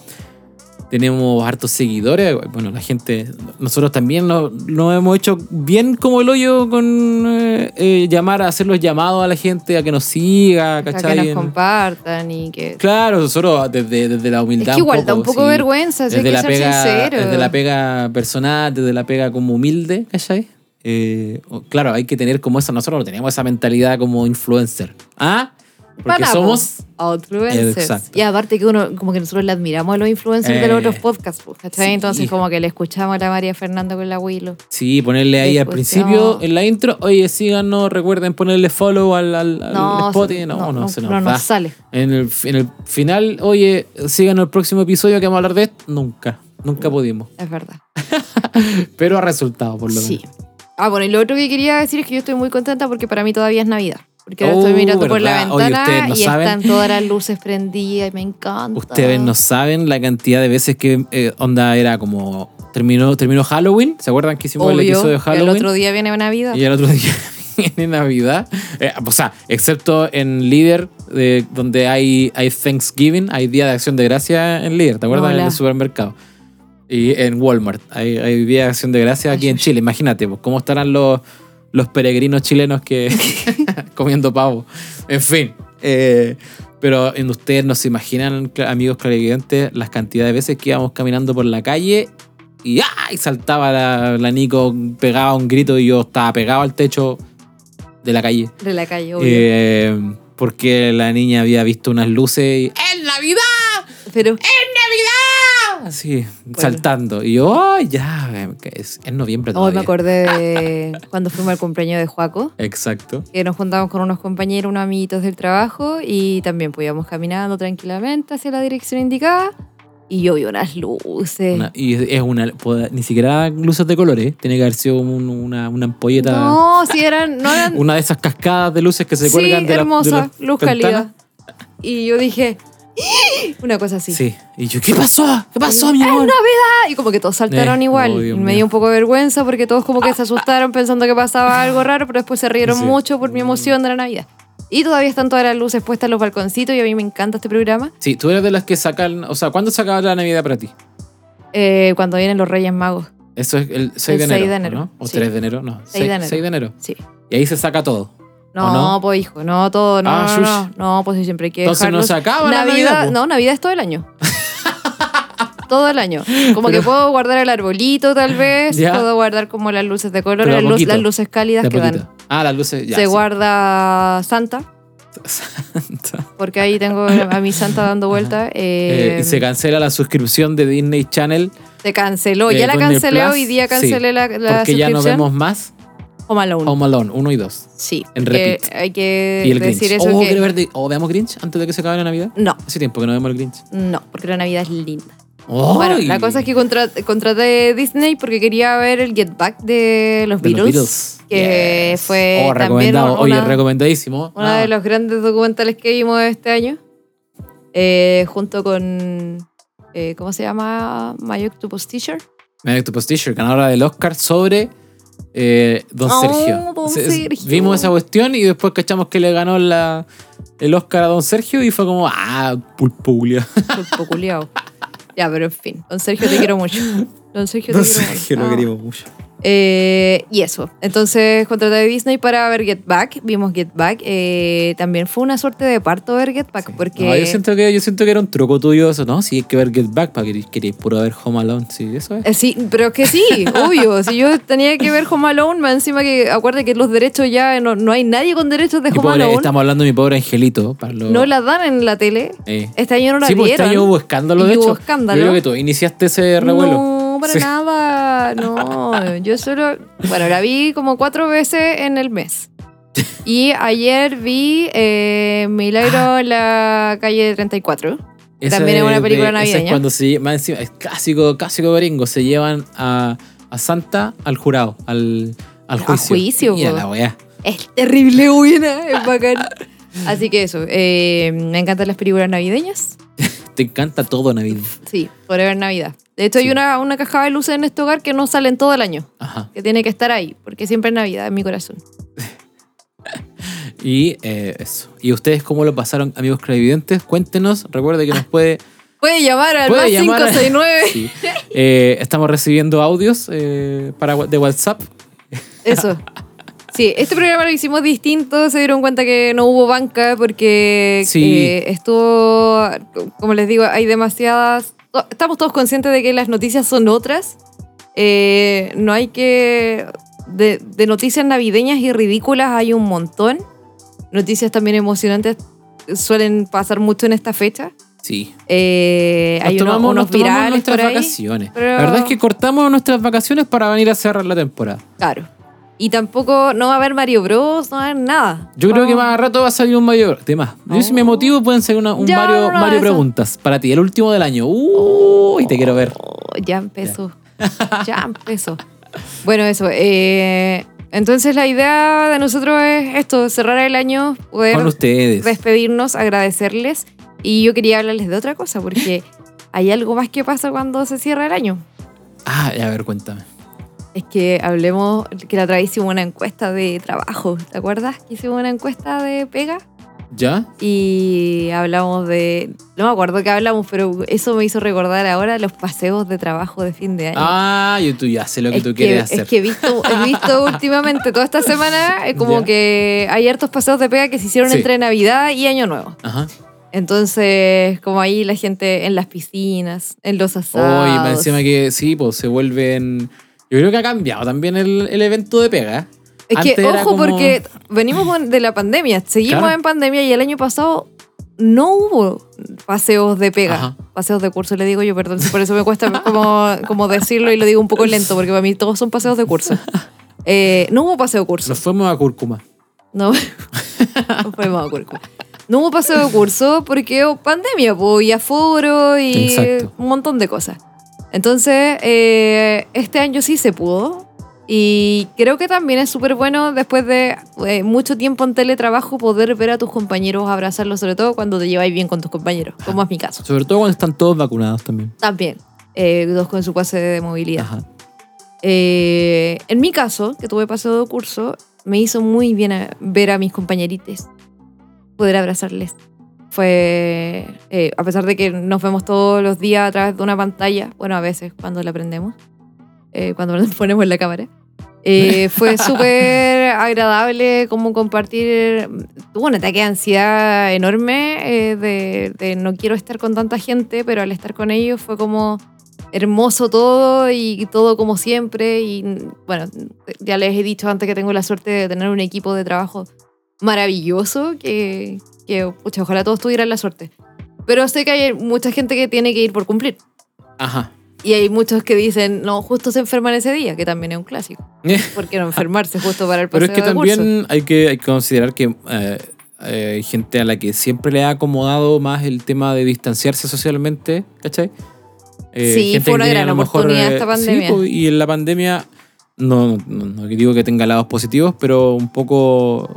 Speaker 2: tenemos hartos seguidores. Bueno, la gente. Nosotros también nos nos hemos hecho bien como el hoyo con eh, eh, llamar, a hacer los llamados a la gente a que nos siga,
Speaker 1: Para
Speaker 2: ¿cachai?
Speaker 1: que nos
Speaker 2: En-
Speaker 1: compartan y que...
Speaker 2: Claro, nosotros desde, desde la humildad.
Speaker 1: Es que igual da un poco
Speaker 2: sí.
Speaker 1: vergüenza, si hay
Speaker 2: Desde
Speaker 1: que
Speaker 2: la,
Speaker 1: ser
Speaker 2: pega,
Speaker 1: sincero.
Speaker 2: desde la pega personal, desde la pega como humilde, ¿cachai? Eh, o- claro, hay que tener como esa, nosotros no tenemos esa mentalidad como influencer. ¿Ah? Porque
Speaker 1: Para, po,
Speaker 2: somos
Speaker 1: outfluencers.
Speaker 2: Exacto.
Speaker 1: Y aparte que uno, como que nosotros le admiramos a los influencers de los
Speaker 2: Eh,
Speaker 1: otros podcasts, po, ¿cachai?
Speaker 2: sí.
Speaker 1: Entonces como que le escuchamos a la María Fernanda con la Willow.
Speaker 2: Sí, ponerle ahí al
Speaker 1: Escuchamos.
Speaker 2: principio en la intro, oye, síganos, recuerden ponerle follow al, al, al
Speaker 1: No,
Speaker 2: Spotify. No, no, se nos da.
Speaker 1: sale.
Speaker 2: En el, en el final, oye, síganos el próximo episodio que vamos a hablar de esto. Nunca, nunca pudimos.
Speaker 1: Es verdad.
Speaker 2: Pero ha resultado, por lo
Speaker 1: Sí.
Speaker 2: menos.
Speaker 1: Ah, bueno, y lo otro que quería decir es que yo estoy muy contenta porque para mí todavía es Navidad. Porque ahora
Speaker 2: Oh,
Speaker 1: estoy mirando por la
Speaker 2: verdad. Oye,
Speaker 1: ventana
Speaker 2: ustedes no
Speaker 1: y
Speaker 2: saben.
Speaker 1: están todas las luces prendidas y me encanta.
Speaker 2: Ustedes no saben la cantidad de veces que eh, Onda era como. Terminó, terminó Halloween. ¿Se acuerdan que hicimos
Speaker 1: Obvio,
Speaker 2: el episodio
Speaker 1: que
Speaker 2: de Halloween?
Speaker 1: el otro día viene Navidad.
Speaker 2: Y el otro día viene Navidad. Eh, o sea, excepto en Líder, de- donde hay, hay Thanksgiving, hay Día de Acción de Gracia en Líder, ¿te acuerdas? En
Speaker 1: Hola.
Speaker 2: el supermercado. Y en Walmart, hay, hay Día de Acción de Gracia aquí
Speaker 1: Ay,
Speaker 2: en
Speaker 1: uy.
Speaker 2: Chile. Imagínate, pues, cómo estarán los, los peregrinos chilenos que comiendo pavo. En fin. eh, pero en ustedes no se imaginan, cla- amigos clarividentes, las cantidades de veces que íbamos caminando por la calle y ¡ay! saltaba la, la Nico, pegaba un grito y yo estaba pegado al techo de la calle.
Speaker 1: De la calle, obvio.
Speaker 2: Eh, porque la niña había visto unas luces y ¡Es Navidad!
Speaker 1: Pero oh,
Speaker 2: Así, saltando. Y yo, ¡ay, ya! eh, que Es, es noviembre
Speaker 1: hoy me
Speaker 2: todavía.
Speaker 1: acordé de cuando fuimos al cumpleaños de Juaco.
Speaker 2: Exacto.
Speaker 1: que nos juntamos con unos compañeros, unos amiguitos del trabajo y también pues íbamos caminando tranquilamente hacia la dirección indicada y yo vi unas luces.
Speaker 2: Una- y es- es una. puede- Ni siquiera luces de colores. Tiene que haber sido un- una, una ampolleta.
Speaker 1: no, si eran, no eran,
Speaker 2: Una de esas cascadas de luces que se
Speaker 1: sí,
Speaker 2: cuelgan de la- de
Speaker 1: hermosa,
Speaker 2: las
Speaker 1: luz
Speaker 2: ventanas.
Speaker 1: cálida. Y yo dije, "¡Ah!", Una cosa así.
Speaker 2: Sí. Y yo, ¿qué pasó? ¿Qué pasó, mi amor?
Speaker 1: Ah, y como que todos saltaron
Speaker 2: Eh,
Speaker 1: igual.
Speaker 2: oh, Dios
Speaker 1: y me
Speaker 2: mío.
Speaker 1: dio un poco de vergüenza porque todos como que se asustaron pensando que pasaba algo raro, pero después se rieron
Speaker 2: Sí.
Speaker 1: mucho por mi emoción de la Navidad. Y todavía están todas las luces puestas en los balconcitos y a mí me encanta este programa.
Speaker 2: Sí, tú eres de las que sacan. O sea, ¿cuándo se acaba la Navidad para ti?
Speaker 1: Eh, cuando vienen los Reyes Magos.
Speaker 2: Eso es el 6 de
Speaker 1: El 6
Speaker 2: enero.
Speaker 1: de enero,
Speaker 2: ¿no? ¿O
Speaker 1: sí.
Speaker 2: 3 de enero? No, 6,
Speaker 1: de enero.
Speaker 2: de enero.
Speaker 1: Sí.
Speaker 2: Y ahí se saca todo. ¿O
Speaker 1: No,
Speaker 2: no?
Speaker 1: pues hijo, no todo, no,
Speaker 2: Ah,
Speaker 1: no, no,
Speaker 2: shush.
Speaker 1: no, pues siempre hay que
Speaker 2: Entonces no
Speaker 1: dejarlos-
Speaker 2: se acaba la
Speaker 1: Navidad,
Speaker 2: Navidad, po.
Speaker 1: no, Navidad es todo el año. todo el año. Como que puedo guardar el arbolito tal vez,
Speaker 2: Ya.
Speaker 1: puedo guardar como las luces de color,
Speaker 2: Pero de a
Speaker 1: las, lu-
Speaker 2: poquito.
Speaker 1: las luces cálidas
Speaker 2: De a
Speaker 1: que dan.
Speaker 2: poquito. Ah, las luces. Ya,
Speaker 1: Se
Speaker 2: sí.
Speaker 1: guarda Santa,
Speaker 2: Santa.
Speaker 1: porque ahí tengo a mi Santa dando vuelta. eh,
Speaker 2: Eh, y se cancela la suscripción de Disney Channel.
Speaker 1: se canceló,
Speaker 2: eh,
Speaker 1: ya la
Speaker 2: con el
Speaker 1: cancelé
Speaker 2: Plus,
Speaker 1: hoy día, cancelé la, la
Speaker 2: porque ya no
Speaker 1: suscripción.
Speaker 2: vemos más
Speaker 1: Home Alone.
Speaker 2: Home Alone 1 y 2.
Speaker 1: sí,
Speaker 2: en
Speaker 1: porque
Speaker 2: repeat.
Speaker 1: hay que
Speaker 2: y el Grinch.
Speaker 1: decir eso
Speaker 2: Oh,
Speaker 1: que-
Speaker 2: quiero ver de- oh, veamos Grinch antes de que se acabe la Navidad.
Speaker 1: no,
Speaker 2: Hace tiempo que no vemos el Grinch.
Speaker 1: no, porque la Navidad es linda. Bueno,
Speaker 2: ¡Ay!
Speaker 1: la cosa es que contra- contraté Disney porque quería ver el Get Back de los
Speaker 2: De los
Speaker 1: Beatles, que
Speaker 2: Yes.
Speaker 1: fue
Speaker 2: Oh,
Speaker 1: también
Speaker 2: recomendado.
Speaker 1: una,
Speaker 2: Oye, recomendadísimo.
Speaker 1: uno
Speaker 2: Ah,
Speaker 1: de los grandes documentales que vimos este año, eh, junto con, eh, ¿cómo se llama? My Octopus Teacher.
Speaker 2: Mary Octopus Teacher, ganadora del Oscar sobre eh, Don
Speaker 1: Oh,
Speaker 2: Sergio.
Speaker 1: Don
Speaker 2: Se- se-
Speaker 1: Sergio.
Speaker 2: Vimos esa cuestión y después cachamos que le ganó la, el Oscar a Don Sergio y fue como, ah, pulpo culiao.
Speaker 1: Pulpo culiao. ya, pero en fin, don Sergio te quiero mucho. Don Sergio te quiero
Speaker 2: Don
Speaker 1: mucho.
Speaker 2: Sergio lo
Speaker 1: Ah.
Speaker 2: queríamos mucho.
Speaker 1: Eh, y eso. Entonces contraté a Disney para ver Get Back. Vimos Get Back. Eh, también fue una suerte de parto ver Get Back. Porque
Speaker 2: No, yo, siento que, yo siento que era un truco tuyo eso, ¿no? Sí, hay que ver Get Back para que queréis puro ver Home Alone, sí, eso es.
Speaker 1: Eh, Sí, pero es que sí, obvio. Si yo tenía que ver Home Alone, más encima que acuérdate que los derechos ya no, no hay nadie con derechos de
Speaker 2: Mi
Speaker 1: Eh, Home
Speaker 2: pobre-
Speaker 1: Alone.
Speaker 2: estamos hablando de mi pobre angelito. Para lo-
Speaker 1: No la dan en la tele.
Speaker 2: eh.
Speaker 1: Este año no la
Speaker 2: Sí, porque este
Speaker 1: dieron.
Speaker 2: año hubo escándalo, de
Speaker 1: Y hubo
Speaker 2: hecho.
Speaker 1: escándalo.
Speaker 2: Yo creo que tú iniciaste ese revuelo.
Speaker 1: No, para
Speaker 2: Sí.
Speaker 1: nada. No, yo solo. Bueno, la vi como cuatro veces en el mes. Y ayer vi eh,
Speaker 2: Ah.
Speaker 1: Milagro en la calle 34.
Speaker 2: Esa
Speaker 1: También es una película
Speaker 2: esa
Speaker 1: navideña.
Speaker 2: es cuando se lle- más encima, es clásico, clásico gringo, se llevan a, a Santa al jurado, al, al
Speaker 1: A
Speaker 2: juicio.
Speaker 1: juicio,
Speaker 2: Y a
Speaker 1: po.
Speaker 2: la weá.
Speaker 1: Es terrible, buena, es bacán. Así que eso, eh, me encantan las películas navideñas.
Speaker 2: Te encanta todo Navidad.
Speaker 1: Sí, Forever Navidad. De hecho,
Speaker 2: Sí.
Speaker 1: hay una, una caja de luces en este hogar que no salen todo el año,
Speaker 2: Ajá.
Speaker 1: que tiene que estar ahí, porque siempre es Navidad en mi corazón.
Speaker 2: Y eh, eso. ¿Y ustedes cómo lo pasaron, amigos clarividentes? Cuéntenos. Recuerde que
Speaker 1: Ah.
Speaker 2: nos puede.
Speaker 1: Puede llamar al
Speaker 2: Puede
Speaker 1: más
Speaker 2: llamar a-
Speaker 1: 569.
Speaker 2: Sí. Eh, estamos recibiendo audios eh, para, wa- de WhatsApp.
Speaker 1: Eso. Sí, este programa lo hicimos distinto, se dieron cuenta que no hubo banca porque
Speaker 2: Sí.
Speaker 1: eh, estuvo, como les digo, hay demasiadas... to- Estamos todos conscientes de que las noticias son otras. Eh, no hay que... De, de noticias navideñas y ridículas hay un montón. Noticias también emocionantes suelen pasar mucho en esta fecha.
Speaker 2: Sí.
Speaker 1: Eh,
Speaker 2: Nos
Speaker 1: hay uno-
Speaker 2: tomamos, nos
Speaker 1: unos
Speaker 2: tomamos
Speaker 1: virales
Speaker 2: nuestras
Speaker 1: por ahí.
Speaker 2: vacaciones.
Speaker 1: pero-
Speaker 2: La verdad es que cortamos nuestras vacaciones para venir a cerrar la temporada.
Speaker 1: Claro. Y tampoco no va a haber Mario Bros, no va a haber nada.
Speaker 2: Yo creo
Speaker 1: No.
Speaker 2: que más a rato va a salir un Mario Bros. Tema. Yo si me motivo pueden ser una- un
Speaker 1: Oh. Ya,
Speaker 2: Mario,
Speaker 1: no, no,
Speaker 2: Mario
Speaker 1: eso.
Speaker 2: preguntas para ti. El último del año. Uy, te quiero ver.
Speaker 1: Oh, ya empezó. Ya empezó. Bueno, eso. eh, entonces la idea de nosotros es esto, cerrar el año,
Speaker 2: Con
Speaker 1: poder
Speaker 2: ustedes.
Speaker 1: despedirnos, agradecerles. Y yo quería hablarles de otra cosa, porque hay algo más que pasa cuando se cierra el año.
Speaker 2: Ah, a ver, cuéntame.
Speaker 1: Es que hablemos, que la otra vez hicimos una encuesta de trabajo, ¿te acuerdas? Que hicimos una encuesta de pega
Speaker 2: ¿Ya?
Speaker 1: y hablamos de, no me acuerdo qué hablamos, pero eso me hizo recordar ahora los paseos de trabajo de fin de año.
Speaker 2: Ah, yo tú ya sé lo que
Speaker 1: Eh, es
Speaker 2: tú quieres hacer.
Speaker 1: Es que he visto, he visto últimamente, toda esta semana, eh, como
Speaker 2: Ya.
Speaker 1: que hay hartos paseos de pega que se hicieron
Speaker 2: Sí.
Speaker 1: entre Navidad y Año Nuevo.
Speaker 2: Ajá.
Speaker 1: Entonces, como ahí la gente en las piscinas, en los asados.
Speaker 2: Oye, me encima que sí, pues se vuelven. Yo creo que ha cambiado también el, el evento de pega.
Speaker 1: es
Speaker 2: Antes
Speaker 1: que,
Speaker 2: era
Speaker 1: ojo,
Speaker 2: como-
Speaker 1: porque venimos con- de la pandemia, seguimos
Speaker 2: Claro.
Speaker 1: en pandemia y el año pasado no hubo paseos de pega.
Speaker 2: Ajá.
Speaker 1: Paseos de curso, le digo yo, perdón, si por eso me cuesta como, como decirlo y lo digo un poco lento, porque para mí todos son paseos de curso. Eh, no hubo paseo de curso.
Speaker 2: Nos fuimos a Cúrcuma.
Speaker 1: No, no fuimos a Cúrcuma. No hubo paseo de curso porque oh, pandemia, po, y aforo y
Speaker 2: Exacto.
Speaker 1: un montón de cosas. Entonces, eh, este año sí se pudo. Y creo que también es súper bueno después de eh, mucho tiempo en teletrabajo poder ver a tus compañeros, abrazarlos, sobre todo cuando te lleváis bien con tus compañeros, como es mi caso.
Speaker 2: Sobre todo cuando están todos vacunados también.
Speaker 1: También, eh, dos con su pase de movilidad.
Speaker 2: Ajá.
Speaker 1: Eh, en mi caso, que tuve paseo de curso, me hizo muy bien a- ver a mis compañerites, poder abrazarles. Fue, eh, a pesar de que nos vemos todos los días a través de una pantalla, bueno, a veces cuando la prendemos, eh, cuando nos ponemos en la cámara, eh, fue súper agradable como compartir. Tuve un ataque de ansiedad enorme eh, de, de no quiero estar con tanta gente, pero al estar con ellos fue como hermoso todo y todo como siempre. Y bueno, ya les he dicho antes que tengo la suerte de tener un equipo de trabajo maravilloso que, que pucha, ojalá todos tuvieran la suerte. Pero sé que hay mucha gente que tiene que ir por cumplir.
Speaker 2: Ajá.
Speaker 1: Y hay muchos que dicen, no, justo se enferman ese día, que también es un clásico. ¿Por qué no enfermarse justo para el
Speaker 2: Pero
Speaker 1: paseo
Speaker 2: es que
Speaker 1: de curso?
Speaker 2: también hay que, hay que considerar que eh, hay gente a la que siempre le ha acomodado más el tema de distanciarse socialmente, ¿cachai? Eh,
Speaker 1: Sí, fue una
Speaker 2: que tiene
Speaker 1: gran
Speaker 2: a lo mejor,
Speaker 1: oportunidad
Speaker 2: eh,
Speaker 1: esta
Speaker 2: sí,
Speaker 1: pandemia.
Speaker 2: po, y en la pandemia, no, no, no digo que tenga lados positivos, pero un poco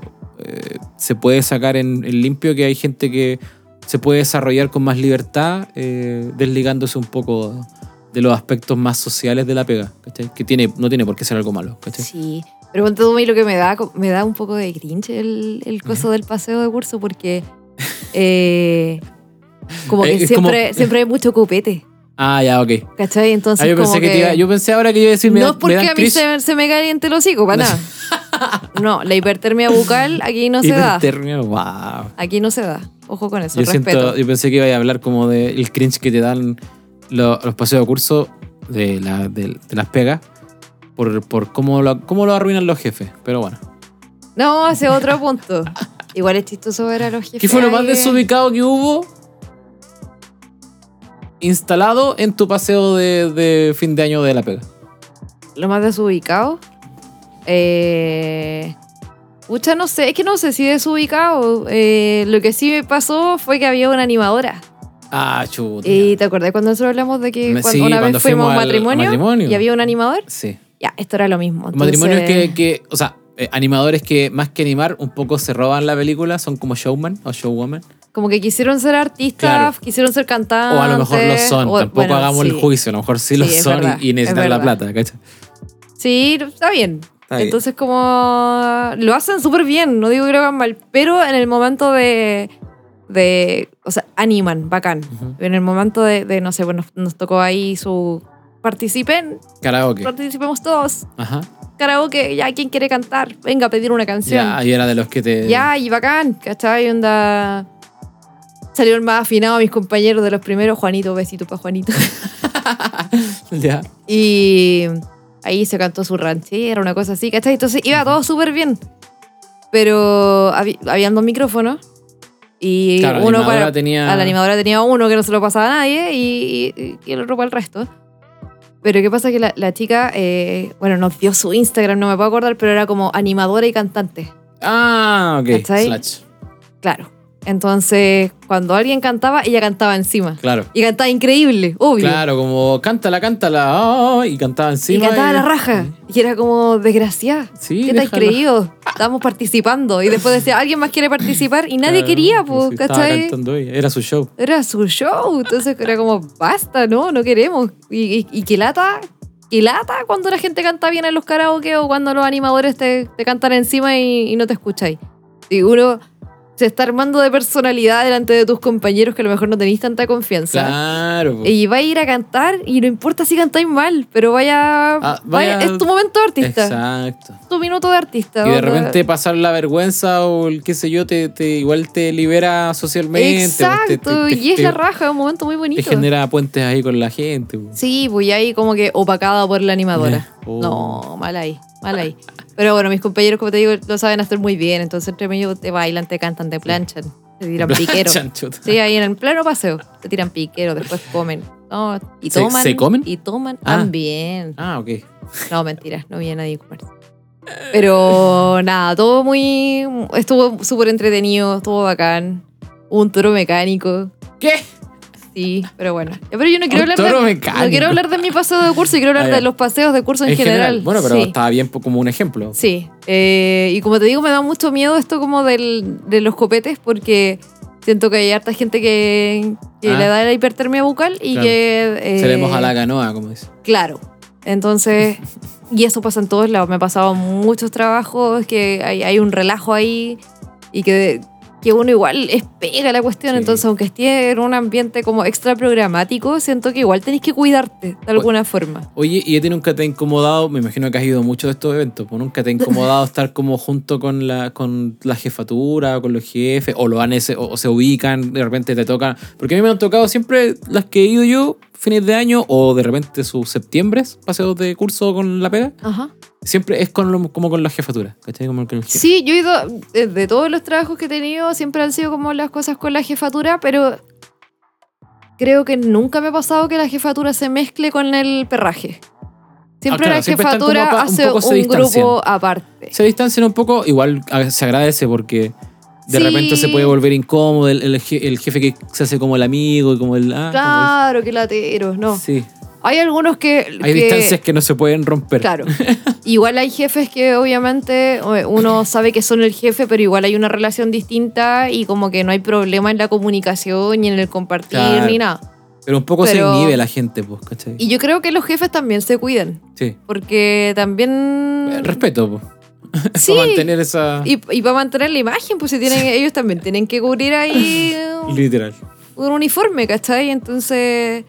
Speaker 2: eh, se puede sacar en, en limpio que hay gente que se puede desarrollar con más libertad, eh, desligándose un poco de los aspectos más sociales de la pega, ¿cachai? Que tiene, no tiene por qué ser algo malo, ¿cachai?
Speaker 1: Sí. Pero ponte tú, a mí lo que me da, co- me da un poco de cringe el, el coso del paseo de curso porque eh, como
Speaker 2: Eh,
Speaker 1: que
Speaker 2: es como-
Speaker 1: siempre, siempre hay mucho copete,
Speaker 2: Ah, ya, ok.
Speaker 1: ¿cachai? Entonces
Speaker 2: Ah, yo,
Speaker 1: como
Speaker 2: pensé que te iba- yo pensé ahora que iba a decir, me
Speaker 1: no
Speaker 2: da-
Speaker 1: es
Speaker 2: me
Speaker 1: porque
Speaker 2: da
Speaker 1: a mí
Speaker 2: cringe.
Speaker 1: se, se me caliente el hocico, para nada. No, la hipertermia bucal aquí no se da.
Speaker 2: Hipertermia, wow.
Speaker 1: Aquí no se da. Ojo con eso,
Speaker 2: Yo,
Speaker 1: respeto.
Speaker 2: siento, yo pensé que iba a hablar como del el cringe que te dan lo- los paseos de curso de, la- de- de las pegas por, por cómo, lo, cómo lo arruinan los jefes. Pero bueno.
Speaker 1: No, ese es otro punto. Igual es chistoso ver a los jefes.
Speaker 2: ¿Qué fue lo más
Speaker 1: ahí,
Speaker 2: desubicado que hubo instalado en tu paseo de, de fin de año de la pega?
Speaker 1: Lo más desubicado. Eh. Pucha, no sé, es que no sé si desubicado. Eh, lo que sí me pasó fue que había una animadora.
Speaker 2: Ah, chuta.
Speaker 1: ¿Y te acordás cuando nosotros hablamos de que
Speaker 2: Me-
Speaker 1: cuando-
Speaker 2: sí,
Speaker 1: una
Speaker 2: cuando
Speaker 1: vez fuimos a un
Speaker 2: fuimos al-
Speaker 1: matrimonio,
Speaker 2: matrimonio.
Speaker 1: y había un animador?
Speaker 2: Sí.
Speaker 1: Ya, esto era lo mismo.
Speaker 2: Matrimonios
Speaker 1: entonces-
Speaker 2: que, que- o sea, eh, animadores que más que animar, un poco se roban la película, son como showman o showwoman.
Speaker 1: Como que quisieron ser artistas,
Speaker 2: Claro.
Speaker 1: quisieron ser cantantes.
Speaker 2: o a lo mejor lo son,
Speaker 1: Ah, o-
Speaker 2: tampoco
Speaker 1: bueno,
Speaker 2: hagamos el
Speaker 1: sí.
Speaker 2: juicio, a lo mejor sí, lo
Speaker 1: Sí, es
Speaker 2: son y-
Speaker 1: verdad,
Speaker 2: y, necesitan
Speaker 1: es
Speaker 2: la
Speaker 1: verdad.
Speaker 2: plata, ¿cachai?
Speaker 1: Sí, está bien.
Speaker 2: Está bien.
Speaker 1: Entonces como lo hacen súper bien, no digo que lo hagan mal, pero en el momento de, de o sea, animan, bacán.
Speaker 2: Ujú.
Speaker 1: En el momento de, de, no sé, bueno, nos tocó ahí su participen,
Speaker 2: Karaoke.
Speaker 1: participemos todos.
Speaker 2: Ajá.
Speaker 1: Karaoke, ya, ¿quién quiere cantar? Venga a pedir una canción.
Speaker 2: Ya, eh. y era de los que te.
Speaker 1: Ya, y bacán, ¿cachai? Onda. Salieron más afinados mis compañeros de los primeros. Juanito, besito para Juanito.
Speaker 2: Ya.
Speaker 1: Y ahí se cantó su ranchera, una cosa así, ¿cachai? Entonces iba todo súper bien. Pero habi- habían dos micrófonos. Y
Speaker 2: Claro, la
Speaker 1: uno
Speaker 2: animadora
Speaker 1: para.
Speaker 2: tenía.
Speaker 1: A la animadora tenía uno que no se lo pasaba a nadie y, y- y el otro para el resto. Pero qué pasa que la, la chica, eh, bueno, nos dio su Instagram, no me puedo acordar, pero era como animadora y cantante.
Speaker 2: Ah, ok.
Speaker 1: ¿Cachai?
Speaker 2: Slash.
Speaker 1: Claro. Entonces, cuando alguien cantaba, ella cantaba encima.
Speaker 2: Claro.
Speaker 1: Y cantaba increíble, obvio.
Speaker 2: Claro, como cántala, cántala. ah, y cantaba
Speaker 1: y
Speaker 2: encima.
Speaker 1: cantaba la raja. Y era como desgraciada.
Speaker 2: eh. Sí,
Speaker 1: ¿Qué te has
Speaker 2: déjalo.
Speaker 1: creído? Estábamos participando. Y después decía, ¿alguien más quiere participar? Y nadie
Speaker 2: Claro,
Speaker 1: quería,
Speaker 2: sí,
Speaker 1: pues,
Speaker 2: estaba
Speaker 1: ¿cachai?
Speaker 2: cantando ella, Era su show.
Speaker 1: Era su show. Entonces era como, basta, no, no queremos. Y, y, y qué lata, qué lata cuando la gente canta bien en los karaoke o cuando los animadores te, te cantan encima y, y no te escucháis. Y uno se está armando de personalidad delante de tus compañeros que a lo mejor no tenéis tanta confianza.
Speaker 2: Claro. pues. po.
Speaker 1: Y vais a ir a cantar y no importa si cantáis mal, pero vaya,
Speaker 2: Ah,
Speaker 1: vaya-
Speaker 2: vaya-
Speaker 1: es tu momento de artista,
Speaker 2: Exacto.
Speaker 1: es tu minuto de artista.
Speaker 2: Y de
Speaker 1: onda.
Speaker 2: repente pasar la vergüenza o el qué sé yo, te, te- igual te libera socialmente. vos te-
Speaker 1: Exacto,
Speaker 2: te- te-
Speaker 1: y es
Speaker 2: te-
Speaker 1: la raja, es un momento muy bonito.
Speaker 2: Te genera puentes ahí con la gente. po.
Speaker 1: Sí, pues y ahí como que opacada por la animadora.
Speaker 2: Eh, oh.
Speaker 1: No, mal ahí, mal ahí. Pero bueno, mis compañeros, como te digo, lo saben hacer muy bien, entonces entre medio te bailan, te cantan, te planchan, te tiran piquero.
Speaker 2: Chanchuta.
Speaker 1: Sí, ahí en el pleno paseo, te tiran piquero, después comen. No, y
Speaker 2: ¿Se-
Speaker 1: toman.
Speaker 2: se comen?
Speaker 1: Y toman
Speaker 2: Ah.
Speaker 1: también.
Speaker 2: Ah, ok.
Speaker 1: No, mentira, no vi a nadie comer. Pero nada, todo muy. Estuvo súper entretenido, estuvo bacán. Hubo Un toro mecánico.
Speaker 2: ¿Qué?
Speaker 1: Sí, pero bueno. Ya, Pero yo no quiero,
Speaker 2: Ah. Un
Speaker 1: hablar
Speaker 2: toro
Speaker 1: de,
Speaker 2: mecánico.
Speaker 1: no quiero hablar de mi paseo de curso, yo quiero
Speaker 2: Ah,
Speaker 1: hablar
Speaker 2: ya.
Speaker 1: de los paseos de curso en, general.
Speaker 2: Bueno, pero
Speaker 1: sí.
Speaker 2: estaba bien po- como un ejemplo.
Speaker 1: Sí, eh, y como te digo, me da mucho miedo esto como del, de los copetes porque siento que hay harta gente que, que
Speaker 2: Ah.
Speaker 1: le da la hipertermia bucal y
Speaker 2: Claro.
Speaker 1: que... eh,
Speaker 2: Seremos a la canoa, como dice.
Speaker 1: Claro. Entonces, y eso pasa en todos lados. Me ha pasado muchos trabajos que hay, hay un relajo ahí y que, que uno igual espera la cuestión.
Speaker 2: Sí.
Speaker 1: Entonces, aunque esté en un ambiente como extra programático, siento que igual tenés que cuidarte de alguna forma.
Speaker 2: Oye, ¿y a ti nunca te ha incomodado? Me imagino que has ido a muchos de estos eventos, pues nunca te ha incomodado estar como junto con la, con la jefatura, con los jefes, o lo han ese- o, o se ubican, de repente te tocan. Porque a mí me han tocado siempre las que he ido yo, fines de año, o de repente sus septiembres, paseos de curso con la pega.
Speaker 1: Ajá.
Speaker 2: Siempre es con lo- como con la jefatura, ¿cachai? Como con el jefe.
Speaker 1: Sí, yo he ido, de, de todos los trabajos que he tenido, siempre han sido como las cosas con la jefatura, pero creo que nunca me ha pasado que la jefatura se mezcle con el perraje. Siempre
Speaker 2: Ah, claro,
Speaker 1: la
Speaker 2: siempre están como
Speaker 1: jefatura
Speaker 2: apa- un
Speaker 1: hace
Speaker 2: poco se
Speaker 1: un
Speaker 2: distancian. ah,
Speaker 1: grupo aparte.
Speaker 2: Se distancian un poco, igual a- se agradece porque de
Speaker 1: Sí.
Speaker 2: repente se puede volver incómodo el, el je- el jefe que se hace como el amigo y como el... ah, como el-
Speaker 1: Claro, que lateros, no.
Speaker 2: Sí.
Speaker 1: Hay algunos que...
Speaker 2: Hay
Speaker 1: que-
Speaker 2: distancias que no se pueden romper.
Speaker 1: Claro. Igual hay jefes que obviamente eh, uno sabe que son el jefe, pero igual hay una relación distinta y como que no hay problema en la comunicación ni en el compartir
Speaker 2: Claro.
Speaker 1: ni nada.
Speaker 2: Pero un poco
Speaker 1: Pero-
Speaker 2: se inhibe la gente, pues, ¿cachai?
Speaker 1: Y yo creo que los jefes también se cuidan,
Speaker 2: Sí.
Speaker 1: porque
Speaker 2: Eh,
Speaker 1: también...
Speaker 2: Respeto, pues.
Speaker 1: mm, Sí,
Speaker 2: Para mantener esa.
Speaker 1: y, y para mantener la imagen, pues si tienen, ellos también tienen que cubrir ahí un,
Speaker 2: Literal.
Speaker 1: un uniforme, ¿cachai? Entonces,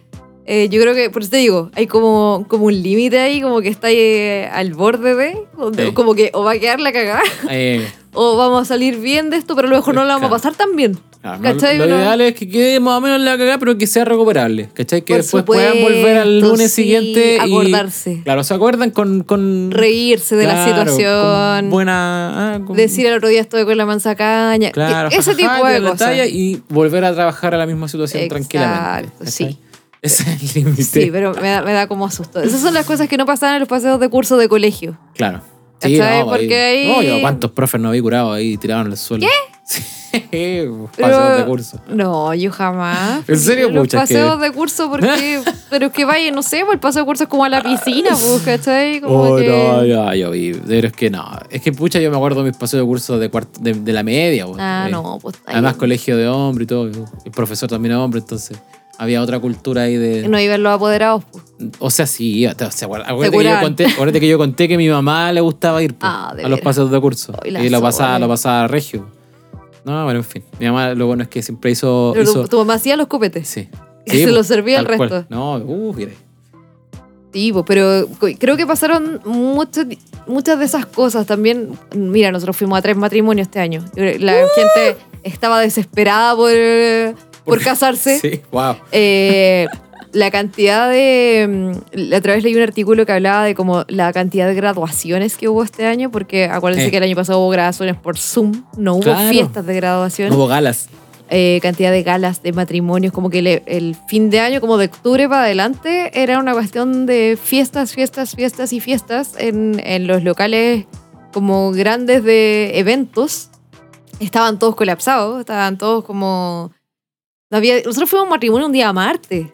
Speaker 1: eh, yo creo que, por eso te digo, hay como, como un límite ahí, como que está ahí, eh, al borde de, donde-
Speaker 2: Sí.
Speaker 1: como que o va a quedar la cagada,
Speaker 2: Eh,
Speaker 1: o vamos a salir bien de esto, pero luego no la vamos a
Speaker 2: Claro.
Speaker 1: pasar tan bien.
Speaker 2: claro, ah, no-
Speaker 1: ¿Cachai?
Speaker 2: lo
Speaker 1: No-
Speaker 2: ideal es que quede más o menos en la cagada, pero que sea recuperable. ¿Cachai? Que
Speaker 1: Por
Speaker 2: después puedan
Speaker 1: supuesto,
Speaker 2: volver al lunes
Speaker 1: sí,
Speaker 2: siguiente. y-
Speaker 1: acordarse.
Speaker 2: Claro, se acuerdan con. con...
Speaker 1: Reírse de la
Speaker 2: Claro, con
Speaker 1: situación.
Speaker 2: buena. ah, con-
Speaker 1: Decir al otro día estoy con la manzacaña.
Speaker 2: Claro,
Speaker 1: que- ese
Speaker 2: jajaja,
Speaker 1: tipo
Speaker 2: tirar
Speaker 1: de
Speaker 2: la
Speaker 1: cosas.
Speaker 2: talla Y volver a trabajar a la misma situación
Speaker 1: Exacto,
Speaker 2: tranquilamente. ¿cachai?
Speaker 1: sí.
Speaker 2: Ese es el límite.
Speaker 1: Sí, pero me da, me da como susto. Esas son las cosas que no pasaban en los paseos de curso de colegio.
Speaker 2: Claro. Sí,
Speaker 1: ¿Cachai?
Speaker 2: no,
Speaker 1: Porque
Speaker 2: ahí-
Speaker 1: ahí-
Speaker 2: no, yo cuántos profes no vi curados ahí tiraron al suelo. ¿Qué? Sí, paseos
Speaker 1: Pero-
Speaker 2: de curso.
Speaker 1: No, yo jamás.
Speaker 2: ¿En serio?
Speaker 1: Los
Speaker 2: Pucha, es que-
Speaker 1: paseos de curso, porque. pero es que vaya, no sé, pues el paseo de curso es como a la piscina, pues, ¿cachai? Como
Speaker 2: Oh,
Speaker 1: que-
Speaker 2: no, ya, yo vi. Pero es que no. Es que pucha, yo me acuerdo mis paseos de curso de, cuarto, de, de la media. güey.
Speaker 1: Ah,
Speaker 2: Eh,
Speaker 1: no, pues. ahí
Speaker 2: Además, colegio de hombre y todo. El profesor también era hombre, entonces había otra cultura ahí de.
Speaker 1: No iban los apoderados, pues.
Speaker 2: O sea, sí, o sea, acuérdate, acuérdate que yo
Speaker 1: curaban.
Speaker 2: conté, acuérdate que yo conté que mi mamá le gustaba ir pues,
Speaker 1: Ah, de
Speaker 2: a los
Speaker 1: veras.
Speaker 2: paseos de curso.
Speaker 1: Ay, la
Speaker 2: y lo
Speaker 1: zorra.
Speaker 2: pasaba, lo pasaba regio. No, bueno, en fin. Mi mamá lo bueno es que siempre hizo.
Speaker 1: Pero
Speaker 2: hizo
Speaker 1: tu, tu mamá hacía los copetes.
Speaker 2: Sí.
Speaker 1: Que se
Speaker 2: pues,
Speaker 1: lo servía al
Speaker 2: tal
Speaker 1: resto.
Speaker 2: No, uh, mire.
Speaker 1: Sí, pues, pero co- creo que pasaron mucho- muchas de esas cosas también. Mira, nosotros fuimos a tres matrimonios este año.
Speaker 2: ¡Uh!
Speaker 1: La gente estaba desesperada por, por casarse.
Speaker 2: Sí, wow.
Speaker 1: Eh, la cantidad de. mm, La otra vez leí un artículo que hablaba de como la cantidad de graduaciones que hubo este año, porque acuérdense
Speaker 2: Eh.
Speaker 1: que el año pasado hubo graduaciones por Zoom, no hubo
Speaker 2: Claro.
Speaker 1: fiestas de graduación,
Speaker 2: No hubo galas.
Speaker 1: Eh, cantidad de galas, de matrimonios, como que le- el fin de año, como de octubre para adelante, era una cuestión de fiestas, fiestas, fiestas y fiestas en, en los locales como grandes de eventos. Estaban todos colapsados, estaban todos como. No había, nosotros fuimos a un matrimonio un día martes.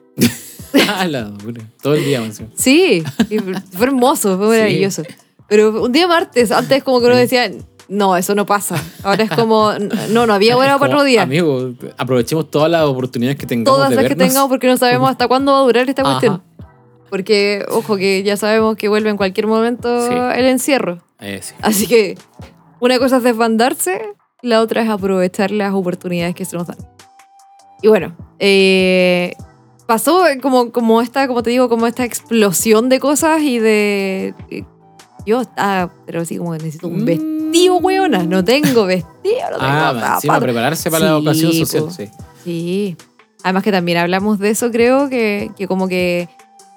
Speaker 2: Ah, la dura. Todo el día, mansión.
Speaker 1: Sí, y fue hermoso, fue
Speaker 2: Sí.
Speaker 1: maravilloso. Pero un día martes, antes como que uno
Speaker 2: Sí.
Speaker 1: decía, no, eso no pasa. Ahora es como, no, no había hora para otro día.
Speaker 2: Amigo, aprovechemos todas las oportunidades que tengamos
Speaker 1: Todas
Speaker 2: de
Speaker 1: las que
Speaker 2: vernos.
Speaker 1: tengamos porque no sabemos hasta cuándo va a durar esta
Speaker 2: Ajá.
Speaker 1: cuestión. Porque, ojo, que ya sabemos que vuelve en cualquier momento
Speaker 2: Sí.
Speaker 1: el encierro.
Speaker 2: Eh, sí.
Speaker 1: Así que una cosa es desbandarse, la otra es aprovechar las oportunidades que se nos dan. Y bueno, eh, pasó como, como esta, como te digo, como esta explosión de cosas y de... eh, Yo estaba, pero así como que necesito un
Speaker 2: Mm.
Speaker 1: vestido, weona. No tengo vestido, no tengo
Speaker 2: Ah, encima
Speaker 1: zapatos.
Speaker 2: prepararse para la
Speaker 1: Sí, pues.
Speaker 2: ocasión social.
Speaker 1: po.
Speaker 2: Sí.
Speaker 1: Sí. Además que también hablamos de eso, creo, que, que como que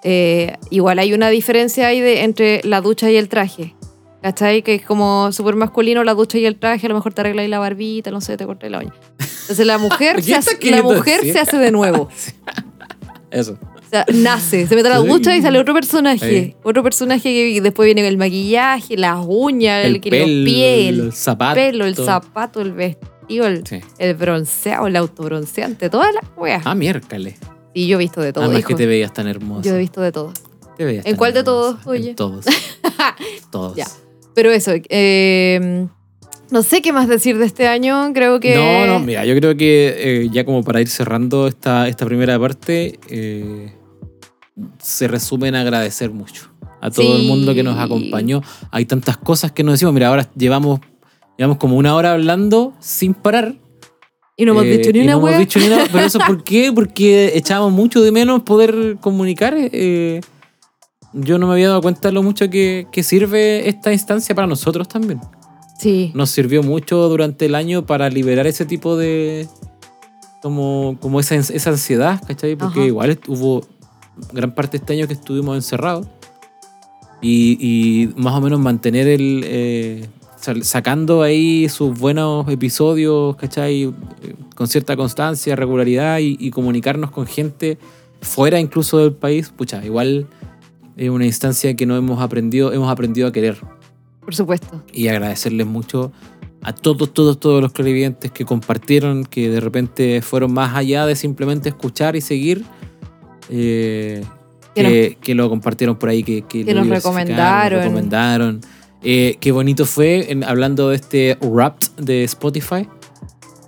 Speaker 1: eh, igual hay una diferencia ahí de, entre la ducha y el traje. ¿Cachai? Que es como súper masculino la ducha y el traje, a lo mejor te arregláis la barbita, no sé, te cortáis la uña. Entonces la mujer,
Speaker 2: ¿Qué
Speaker 1: se, hace,
Speaker 2: está
Speaker 1: la
Speaker 2: queriendo
Speaker 1: mujer
Speaker 2: decir?
Speaker 1: se hace de nuevo.
Speaker 2: Eso.
Speaker 1: O sea, nace, se mete a la
Speaker 2: Sí.
Speaker 1: ducha y sale otro personaje.
Speaker 2: Sí.
Speaker 1: Otro personaje que después viene el maquillaje, las uñas, el,
Speaker 2: El,
Speaker 1: que-
Speaker 2: pelo,
Speaker 1: los pies,
Speaker 2: el
Speaker 1: el
Speaker 2: zapato.
Speaker 1: pelo, el zapato, el vestido, el,
Speaker 2: Sí.
Speaker 1: el bronceado, el autobronceante, todas las weas.
Speaker 2: Ah, miércale.
Speaker 1: Sí, yo he visto de todo.
Speaker 2: Además
Speaker 1: hijo.
Speaker 2: que te veías tan hermosa.
Speaker 1: Yo he visto de todo.
Speaker 2: Te veías
Speaker 1: ¿En
Speaker 2: tan
Speaker 1: cuál de
Speaker 2: hermosa.
Speaker 1: todos, oye?
Speaker 2: En todos. todos.
Speaker 1: Ya. Pero eso, eh, no sé qué más decir de este año. Creo que.
Speaker 2: No, no, mira, yo creo que eh, ya como para ir cerrando esta, esta primera parte, eh, se resume en agradecer mucho a todo
Speaker 1: Sí.
Speaker 2: el mundo que nos acompañó. Hay tantas cosas que nos decimos. Mira, ahora llevamos, llevamos como una hora hablando sin parar.
Speaker 1: Y no hemos
Speaker 2: Eh,
Speaker 1: dicho ni
Speaker 2: y
Speaker 1: una
Speaker 2: no hemos
Speaker 1: hueá.
Speaker 2: dicho ni nada, pero eso ¿por qué? Porque echábamos mucho de menos poder comunicar. eh, yo no me había dado cuenta lo mucho que, que sirve esta instancia para nosotros también.
Speaker 1: Sí.
Speaker 2: Nos sirvió mucho durante el año para liberar ese tipo de... como, como esa, ans- esa ansiedad, ¿cachai? Porque
Speaker 1: Ajá.
Speaker 2: igual hubo gran parte de este año que estuvimos encerrados. Y, y más o menos mantener el... eh, sal- sacando ahí sus buenos episodios, ¿cachai? Eh, Con cierta constancia, regularidad y, y comunicarnos con gente fuera incluso del país, pucha, igual es una instancia que no hemos aprendido, hemos aprendido a querer
Speaker 1: Por supuesto.
Speaker 2: y agradecerles mucho a todos, todos, todos los televidentes que compartieron, que de repente fueron más allá de simplemente escuchar y seguir. eh,
Speaker 1: Que
Speaker 2: que, que lo compartieron por ahí, que, que,
Speaker 1: Que
Speaker 2: lo
Speaker 1: nos
Speaker 2: diversificaron,
Speaker 1: recomendaron.
Speaker 2: lo recomendaron. Eh, qué bonito fue, en- hablando de este Wrapped de Spotify,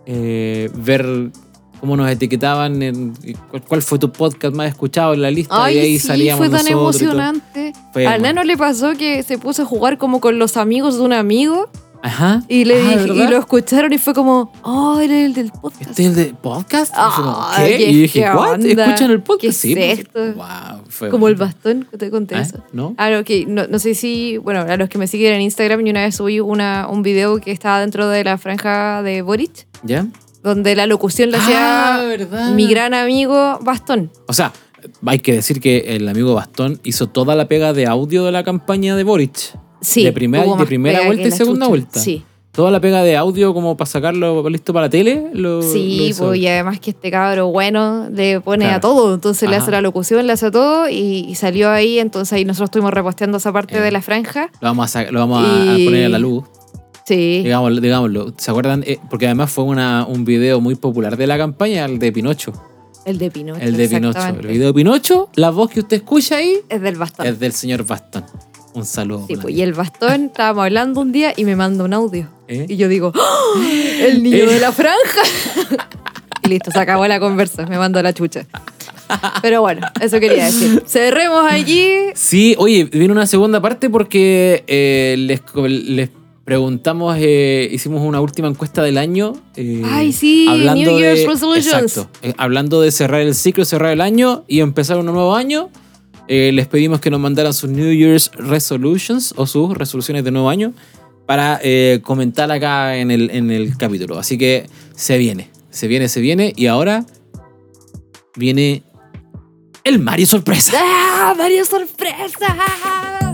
Speaker 2: eh, ver cómo nos etiquetaban, en, cuál, cuál fue tu podcast más escuchado en la lista,
Speaker 1: Ay,
Speaker 2: y ahí
Speaker 1: sí,
Speaker 2: salíamos
Speaker 1: fue tan
Speaker 2: nosotros y todo.
Speaker 1: emocionante.
Speaker 2: Fue
Speaker 1: Al
Speaker 2: muy-
Speaker 1: nano le pasó que se puso a jugar como con los amigos de un amigo
Speaker 2: Ajá.
Speaker 1: y le
Speaker 2: Ah,
Speaker 1: dije- y
Speaker 2: ¿verdad?
Speaker 1: lo escucharon y fue como, oh, él es el del podcast.
Speaker 2: ¿Este es el de podcast?
Speaker 1: Ah,
Speaker 2: Y fue como, ¿qué?
Speaker 1: ¿qué-
Speaker 2: y dije,
Speaker 1: qué
Speaker 2: ¿what?
Speaker 1: onda?
Speaker 2: ¿Escuchan el podcast?
Speaker 1: ¿Qué es
Speaker 2: sí.
Speaker 1: esto?
Speaker 2: Wow, fue
Speaker 1: como el bastón, te conté
Speaker 2: ¿Ah?
Speaker 1: eso.
Speaker 2: ¿No?
Speaker 1: Ah, ok. No, no sé si, bueno, a los que me siguen en Instagram, yo una vez subí una, un video que estaba dentro de la franja de Boric,
Speaker 2: ¿Ya?
Speaker 1: donde la locución la
Speaker 2: Ah,
Speaker 1: hacía
Speaker 2: ¿verdad?
Speaker 1: mi gran amigo Bastón.
Speaker 2: O sea, hay que decir que el amigo Bastón hizo toda la pega de audio de la campaña de Boric.
Speaker 1: Sí.
Speaker 2: De primera-
Speaker 1: tuvo
Speaker 2: de
Speaker 1: más
Speaker 2: primera
Speaker 1: pega
Speaker 2: vuelta
Speaker 1: que
Speaker 2: y
Speaker 1: la
Speaker 2: segunda
Speaker 1: chucha.
Speaker 2: vuelta.
Speaker 1: Sí.
Speaker 2: Toda la pega de audio como para sacarlo listo para la tele. Lo, lo
Speaker 1: Sí,
Speaker 2: hizo.
Speaker 1: pues, y además que este cabro bueno le pone
Speaker 2: Claro.
Speaker 1: a todo, entonces le
Speaker 2: Ajá.
Speaker 1: hace la locución, le hace a todo y, y salió ahí, entonces ahí nosotros estuvimos reposteando esa parte
Speaker 2: Eh.
Speaker 1: de la franja.
Speaker 2: Lo vamos, a, sa- lo vamos a-
Speaker 1: Y-
Speaker 2: a poner a la luz.
Speaker 1: Sí.
Speaker 2: Digámoslo, digámoslo. ¿Se acuerdan? Eh, porque además fue una, un video muy popular de la campaña, el de Pinocho.
Speaker 1: El de Pinocho.
Speaker 2: El de Pinocho. El
Speaker 1: exactamente.
Speaker 2: video de Pinocho, la voz que usted escucha ahí
Speaker 1: Es del Bastón.
Speaker 2: es del señor Bastón. Un saludo.
Speaker 1: Sí,
Speaker 2: para
Speaker 1: pues,
Speaker 2: mí.
Speaker 1: y el bastón, estábamos hablando un día y me manda un audio.
Speaker 2: ¿Eh?
Speaker 1: Y yo digo, ¡Oh! ¡El niño de la franja! y listo, se acabó la conversa, me mando a la chucha. Pero bueno, eso quería decir. Cerremos allí.
Speaker 2: Sí, oye, viene una segunda parte porque eh, les, co- les preguntamos, eh, hicimos una última encuesta del año. eh,
Speaker 1: Ay, sí, New Year's resolutions.
Speaker 2: Exacto, eh, hablando de cerrar el ciclo, cerrar el año y empezar un nuevo año. eh, les pedimos que nos mandaran sus New Year's resolutions o sus resoluciones de nuevo año para eh, comentar acá en el, en el capítulo. Así que se viene, se viene, se viene. Y ahora viene el Mario Sorpresa.
Speaker 1: ¡Ah, Mario Sorpresa!